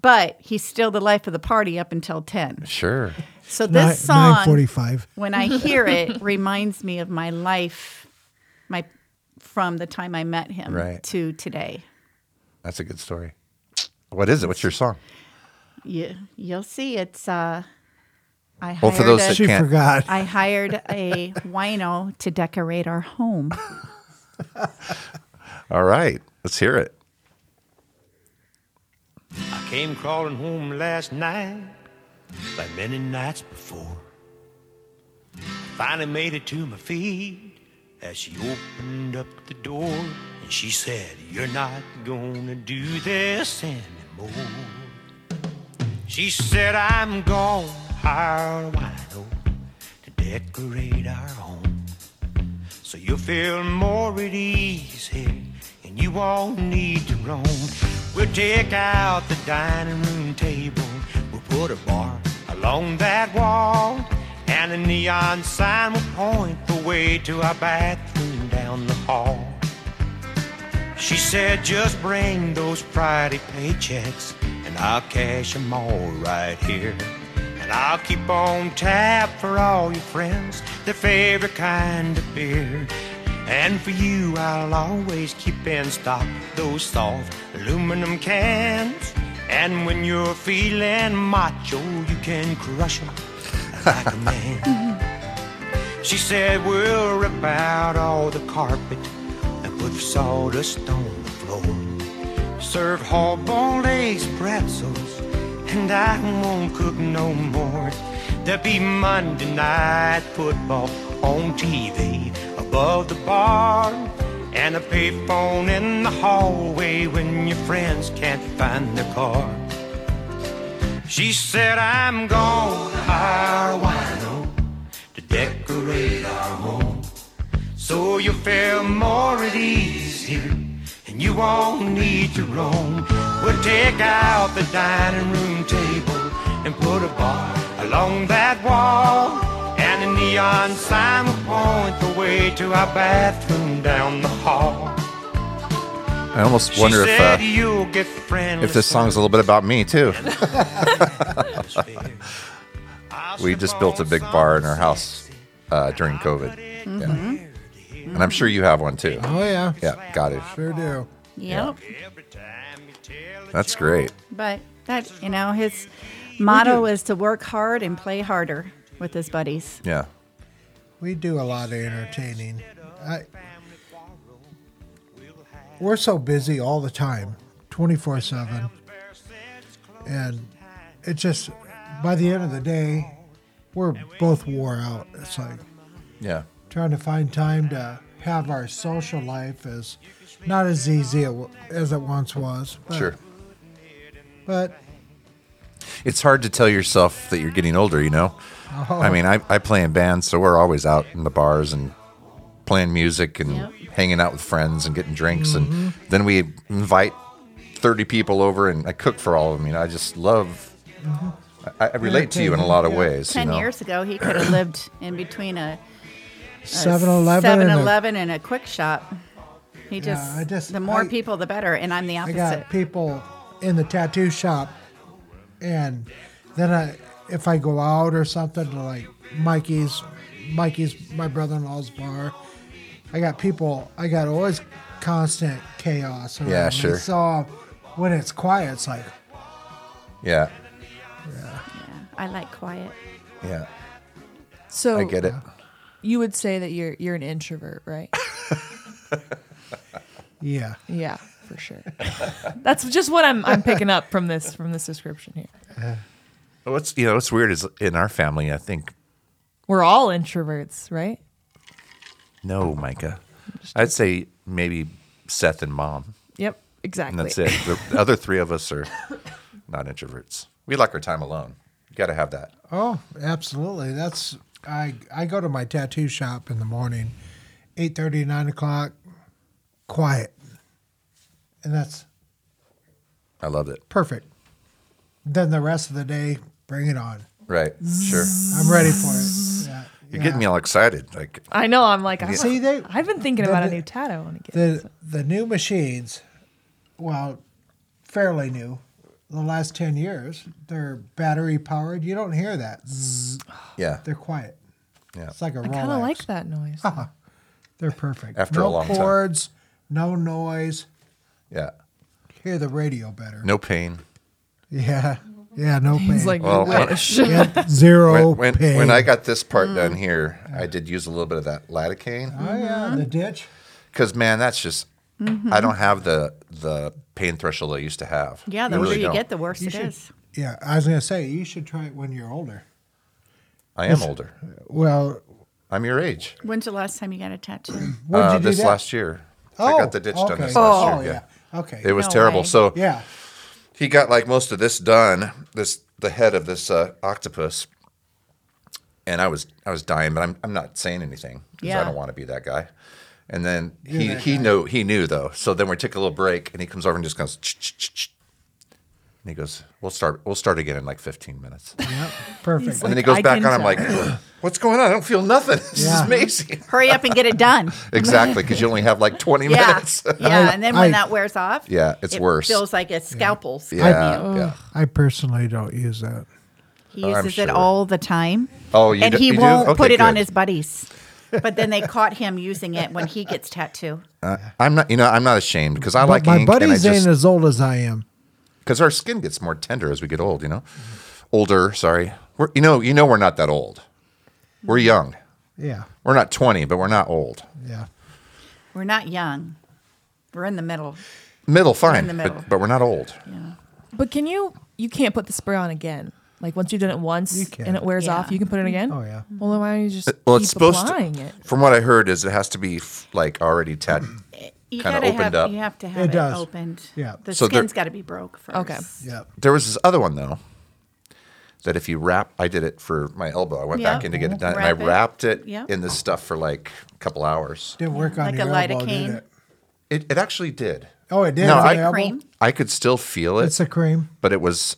Speaker 7: But he's still the life of the party up until 10.
Speaker 2: Sure.
Speaker 7: So this
Speaker 6: Nine-
Speaker 7: song
Speaker 6: 945.
Speaker 7: when I hear it, (laughs) reminds me of my life, my from the time I met him
Speaker 2: Right.
Speaker 7: to today.
Speaker 2: That's a good story. What is it? What's your song?
Speaker 7: You you'll see. It's uh, I hired
Speaker 2: Well, for those
Speaker 7: a,
Speaker 2: that
Speaker 6: She
Speaker 2: can't-
Speaker 6: forgot.
Speaker 7: I hired a wino to decorate
Speaker 2: (laughs)
Speaker 7: our home.
Speaker 2: All right. Let's hear it.
Speaker 8: Came crawling home last night, like many nights before. Finally made it to my feet as she opened up the door and she said, You're not gonna do this anymore. She said, I'm gonna hire a wino to decorate our home. So you'll feel more at ease here, and you won't need to roam. We'll take out the dining room table, we'll put a bar along that wall, and a neon sign will point the way to our bathroom down the hall. She said, just bring those Friday paychecks, and I'll cash 'em all right here. And I'll keep on tap for all your friends, their favorite kind of beer. And for you, I'll always keep in stock those soft aluminum cans. And when you're feeling macho, you can crush 'em like a man. She said, We'll rip out all the carpet and put sawdust on the floor. Serve hard boiled eggs, pretzels, and I won't cook no more. There'll be Monday night football on TV above the bar. And a payphone in the hallway when your friends can't find their car. She said, I'm gonna hire a wino to decorate our home. So you'll feel more at ease here, and you won't need to roam. We'll take out the dining room table and put a bar along that wall. And a neon sign will point the way to our bathroom down the hall.
Speaker 2: I almost
Speaker 8: She
Speaker 2: wonder if uh,
Speaker 8: said you'll get friends.
Speaker 2: if this song's a little bit about me too. We just built a big bar in our house uh, during COVID, and I'm sure you have one too.
Speaker 6: Oh, yeah.
Speaker 2: Mm-hmm. Yeah, got it.
Speaker 6: Sure do.
Speaker 7: Yep.
Speaker 2: That's great.
Speaker 7: But that you know his motto is to work hard and play harder with his buddies.
Speaker 2: Yeah,
Speaker 6: We do a lot of entertaining. I, we're so busy all the time, 24 7. And it just, by the end of the day, we're both wore out. It's like
Speaker 2: yeah.
Speaker 6: trying to find time to have our social life is not as easy as it once was. But,
Speaker 2: Sure.
Speaker 6: But
Speaker 2: It's hard to tell yourself that you're getting older, you know? I mean, I, I play in bands, so we're always out in the bars and playing music and hanging out with friends and getting drinks. And then we invite 30 people over and I cook for all of them. You know, I just love, I, I relate to you in a lot of ways. you
Speaker 7: Ten
Speaker 2: know?
Speaker 7: years ago, he could have lived in between a
Speaker 6: 7 Eleven.
Speaker 7: 7-Eleven and a quick shop. He just,
Speaker 6: I just-
Speaker 7: the more
Speaker 6: I-
Speaker 7: people, the better. And I'm the
Speaker 6: I
Speaker 7: opposite.
Speaker 6: got people in the tattoo shop, and then I, if I go out or something to like Mikey's, Mikey's my brother-in-law's bar, I got people. I got always constant chaos. around
Speaker 2: Yeah,
Speaker 6: me.
Speaker 2: sure.
Speaker 6: So when it's quiet, it's like
Speaker 2: Yeah.
Speaker 7: Yeah, I like quiet.
Speaker 2: Yeah.
Speaker 3: So
Speaker 2: I get it.
Speaker 3: You would say that you're you're an introvert, right?
Speaker 6: yeah.
Speaker 3: yeah, for sure. That's just what I'm I'm picking up from this from this description here.
Speaker 2: What's you know what's weird is in our family I think
Speaker 3: We're all introverts, right?
Speaker 2: no Micah, I'd say maybe Seth and Mom
Speaker 3: Yep, exactly.
Speaker 2: and that's it. The the other three of us are not introverts. We like our time alone. You got to have that.
Speaker 6: Oh, absolutely. That's I. I go to my tattoo shop in the morning, 8.30, 9 o'clock, quiet, and that's
Speaker 2: I love it.
Speaker 6: perfect. Then the rest of the day, bring it on.
Speaker 2: Right. Sure.
Speaker 6: I'm ready
Speaker 3: (laughs)
Speaker 6: for it. Yeah,
Speaker 2: You're getting me all excited. Like
Speaker 3: I know. I'm like, I'm
Speaker 6: See, they-
Speaker 3: I've been thinking
Speaker 6: the-
Speaker 3: about a
Speaker 6: the-
Speaker 3: new tattoo I want to get.
Speaker 6: the the new machines, well, fairly new, the last ten years, they're battery powered. You don't hear that. Zzz.
Speaker 2: yeah.
Speaker 6: They're quiet.
Speaker 2: Yeah.
Speaker 6: It's like a
Speaker 3: I
Speaker 6: Rolex.
Speaker 3: kind of like that noise.
Speaker 6: They're perfect.
Speaker 2: After a
Speaker 6: no
Speaker 2: long time.
Speaker 6: chords, no noise.
Speaker 2: Yeah.
Speaker 6: Hear the radio better.
Speaker 2: No pain.
Speaker 6: Yeah. Yeah.
Speaker 7: (laughs)
Speaker 6: No pain.
Speaker 3: It's like
Speaker 2: Well,
Speaker 3: you
Speaker 2: when-
Speaker 3: wish.
Speaker 6: Yep, zero
Speaker 2: When, when,
Speaker 6: pain.
Speaker 2: when I got this part
Speaker 7: Mm.
Speaker 2: done here, I did use a little bit of that lidocaine.
Speaker 6: oh yeah,
Speaker 7: Uh-huh.
Speaker 6: the ditch.
Speaker 2: Because man, that's just
Speaker 7: Mm-hmm.
Speaker 2: I don't have the the pain threshold I used to have.
Speaker 7: Yeah,
Speaker 2: I
Speaker 7: the older
Speaker 2: really
Speaker 7: you
Speaker 2: don't.
Speaker 7: get, the worse it is.
Speaker 6: should- Yeah, I was gonna say you should try it when you're older.
Speaker 2: I am older.
Speaker 6: Well,
Speaker 2: I'm your age.
Speaker 7: When's the last time you got a tattoo? (clears throat)
Speaker 6: when did
Speaker 2: Uh,
Speaker 6: you
Speaker 2: this
Speaker 6: do that?
Speaker 2: last year, I got the ditch done this last
Speaker 6: oh,
Speaker 2: year. Yeah.
Speaker 6: yeah. Okay.
Speaker 2: It was
Speaker 7: No
Speaker 2: terrible.
Speaker 7: way.
Speaker 2: So
Speaker 6: yeah.
Speaker 2: he got like most of this done, this the head of this uh, octopus, and I was I was dying, but I'm I'm not saying anything because I
Speaker 7: Yeah.
Speaker 2: don't want to be that guy. And then he
Speaker 6: that
Speaker 2: he
Speaker 6: guy.
Speaker 2: knew he knew though. So then we take a little break, and he comes over and just goes, "Ch- ch- ch- ch." and he goes, "We'll start we'll start again in like 15
Speaker 7: (laughs)
Speaker 2: minutes."
Speaker 6: Yep. Perfect.
Speaker 2: And then he goes
Speaker 3: I
Speaker 2: back
Speaker 3: can
Speaker 2: on. I'm like, what's going on? I don't feel nothing. (laughs) This
Speaker 6: Yeah.
Speaker 2: is amazing.
Speaker 7: Hurry up and get
Speaker 2: (laughs)
Speaker 7: it done.
Speaker 2: exactly, because you only have like 20
Speaker 7: Yeah,
Speaker 2: minutes. (laughs)
Speaker 7: yeah. And then when
Speaker 6: I-
Speaker 7: that wears off,
Speaker 2: Yeah, it's
Speaker 7: it
Speaker 2: worse.
Speaker 7: Feels like a scalpel.
Speaker 2: yeah, yeah.
Speaker 6: I personally don't use that.
Speaker 7: He
Speaker 2: I'm
Speaker 7: uses it
Speaker 2: sure.
Speaker 7: all the time.
Speaker 2: Oh, you
Speaker 7: and
Speaker 2: do-
Speaker 7: he
Speaker 2: you do?
Speaker 7: won't
Speaker 2: Okay,
Speaker 7: put it on
Speaker 2: good.
Speaker 7: his buddies. But then they caught him using it when he gets tattoo.
Speaker 2: I'm not, you know, I'm not ashamed because I like
Speaker 6: but my
Speaker 2: ink and I
Speaker 6: buddies
Speaker 2: just
Speaker 6: ain't as old as I am.
Speaker 2: because our skin gets more tender as we get old. You know, older. Sorry, we're you know you know we're not that old. We're young.
Speaker 6: Yeah.
Speaker 2: We're not 20, but we're not old.
Speaker 6: Yeah.
Speaker 7: We're not young. We're in the middle.
Speaker 2: Middle, fine,
Speaker 7: the middle.
Speaker 2: but, but we're not old.
Speaker 3: But can you? You can't put the spray on again. Like once you've done it once
Speaker 6: can.
Speaker 3: and it wears
Speaker 7: Yeah.
Speaker 3: off, you can put it again.
Speaker 6: Oh, yeah.
Speaker 7: Hmm.
Speaker 3: Well, then why don't you just
Speaker 2: Well,
Speaker 3: keep
Speaker 2: it's supposed
Speaker 3: applying
Speaker 2: to.
Speaker 3: it?
Speaker 2: From what I heard, is it has to be f- like already tat. (clears throat)
Speaker 7: You
Speaker 2: Kinda
Speaker 7: gotta
Speaker 2: opened
Speaker 7: have,
Speaker 2: up.
Speaker 7: You have to have
Speaker 6: It
Speaker 7: it,
Speaker 6: does.
Speaker 7: opened.
Speaker 6: Yeah.
Speaker 7: The
Speaker 2: So there-
Speaker 7: skin's got to be broke first.
Speaker 3: Okay.
Speaker 6: Yeah.
Speaker 2: There was this other one though. That if you wrap, I did it for my elbow. I went
Speaker 7: Yeah.
Speaker 2: back in to get it done,
Speaker 7: Wrap
Speaker 2: and I
Speaker 7: it.
Speaker 2: wrapped it
Speaker 7: Yeah.
Speaker 2: in this stuff for like a couple hours.
Speaker 6: Didn't work on
Speaker 7: Like
Speaker 6: your
Speaker 7: a
Speaker 6: elbow, did
Speaker 7: lidocaine.
Speaker 6: it?
Speaker 2: It, it actually did.
Speaker 6: Oh, it did.
Speaker 2: No,
Speaker 6: on
Speaker 2: I-
Speaker 6: the elbow?
Speaker 7: Cream.
Speaker 2: I could still feel it.
Speaker 6: It's a cream.
Speaker 2: but it was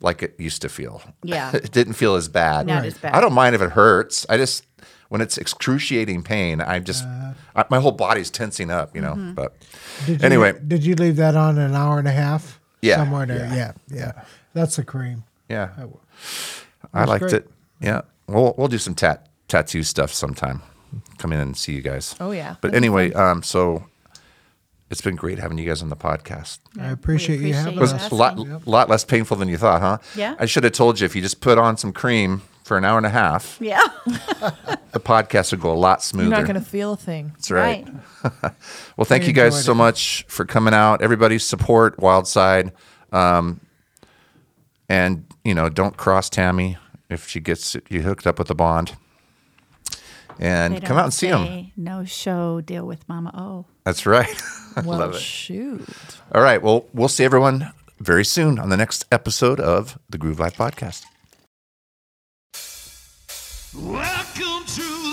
Speaker 2: like it used to feel.
Speaker 7: Yeah.
Speaker 2: (laughs) it didn't feel as bad.
Speaker 7: Not as bad.
Speaker 2: I don't mind if it hurts. I just when it's excruciating pain, I just I, my whole body's tensing up, you know.
Speaker 7: Mm-hmm.
Speaker 2: But
Speaker 6: (laughs) Did you,
Speaker 2: anyway,
Speaker 6: did you leave that on an hour and a half?
Speaker 2: Yeah,
Speaker 6: Somewhere there.
Speaker 2: yeah,
Speaker 6: Yeah. Yeah. That's a cream.
Speaker 2: yeah,
Speaker 6: w-
Speaker 2: I liked
Speaker 6: Oh, great.
Speaker 2: it. Yeah, we'll we'll do some tat tattoo stuff sometime. Come in and see you guys.
Speaker 3: Oh, yeah.
Speaker 2: But anyway, um, so it's been great having you guys on the podcast.
Speaker 6: I appreciate,
Speaker 7: appreciate
Speaker 6: you having
Speaker 7: you.
Speaker 2: It was
Speaker 6: us.
Speaker 7: That's
Speaker 2: a lot, lot less painful than you thought, huh?
Speaker 7: Yeah.
Speaker 2: I should have told you if you just put on some cream for an hour and a half,
Speaker 7: Yeah. (laughs)
Speaker 2: the podcast would go a lot smoother.
Speaker 3: You're not gonna feel a thing.
Speaker 2: That's right. Well, thank you guys
Speaker 6: enjoyed
Speaker 2: so
Speaker 6: it.
Speaker 2: much for coming out. Everybody support Wildside. Um, and, you know, don't cross Tammy if she gets you hooked up with the bond.
Speaker 7: They
Speaker 2: And come
Speaker 7: don't
Speaker 2: out and see them.
Speaker 7: say, No show, deal with Mama O.
Speaker 2: That's right. (laughs)
Speaker 3: Well,
Speaker 2: Love it.
Speaker 3: shoot.
Speaker 2: All right. Well, we'll see everyone very soon on the next episode of the Groove Life Podcast.
Speaker 8: Welcome to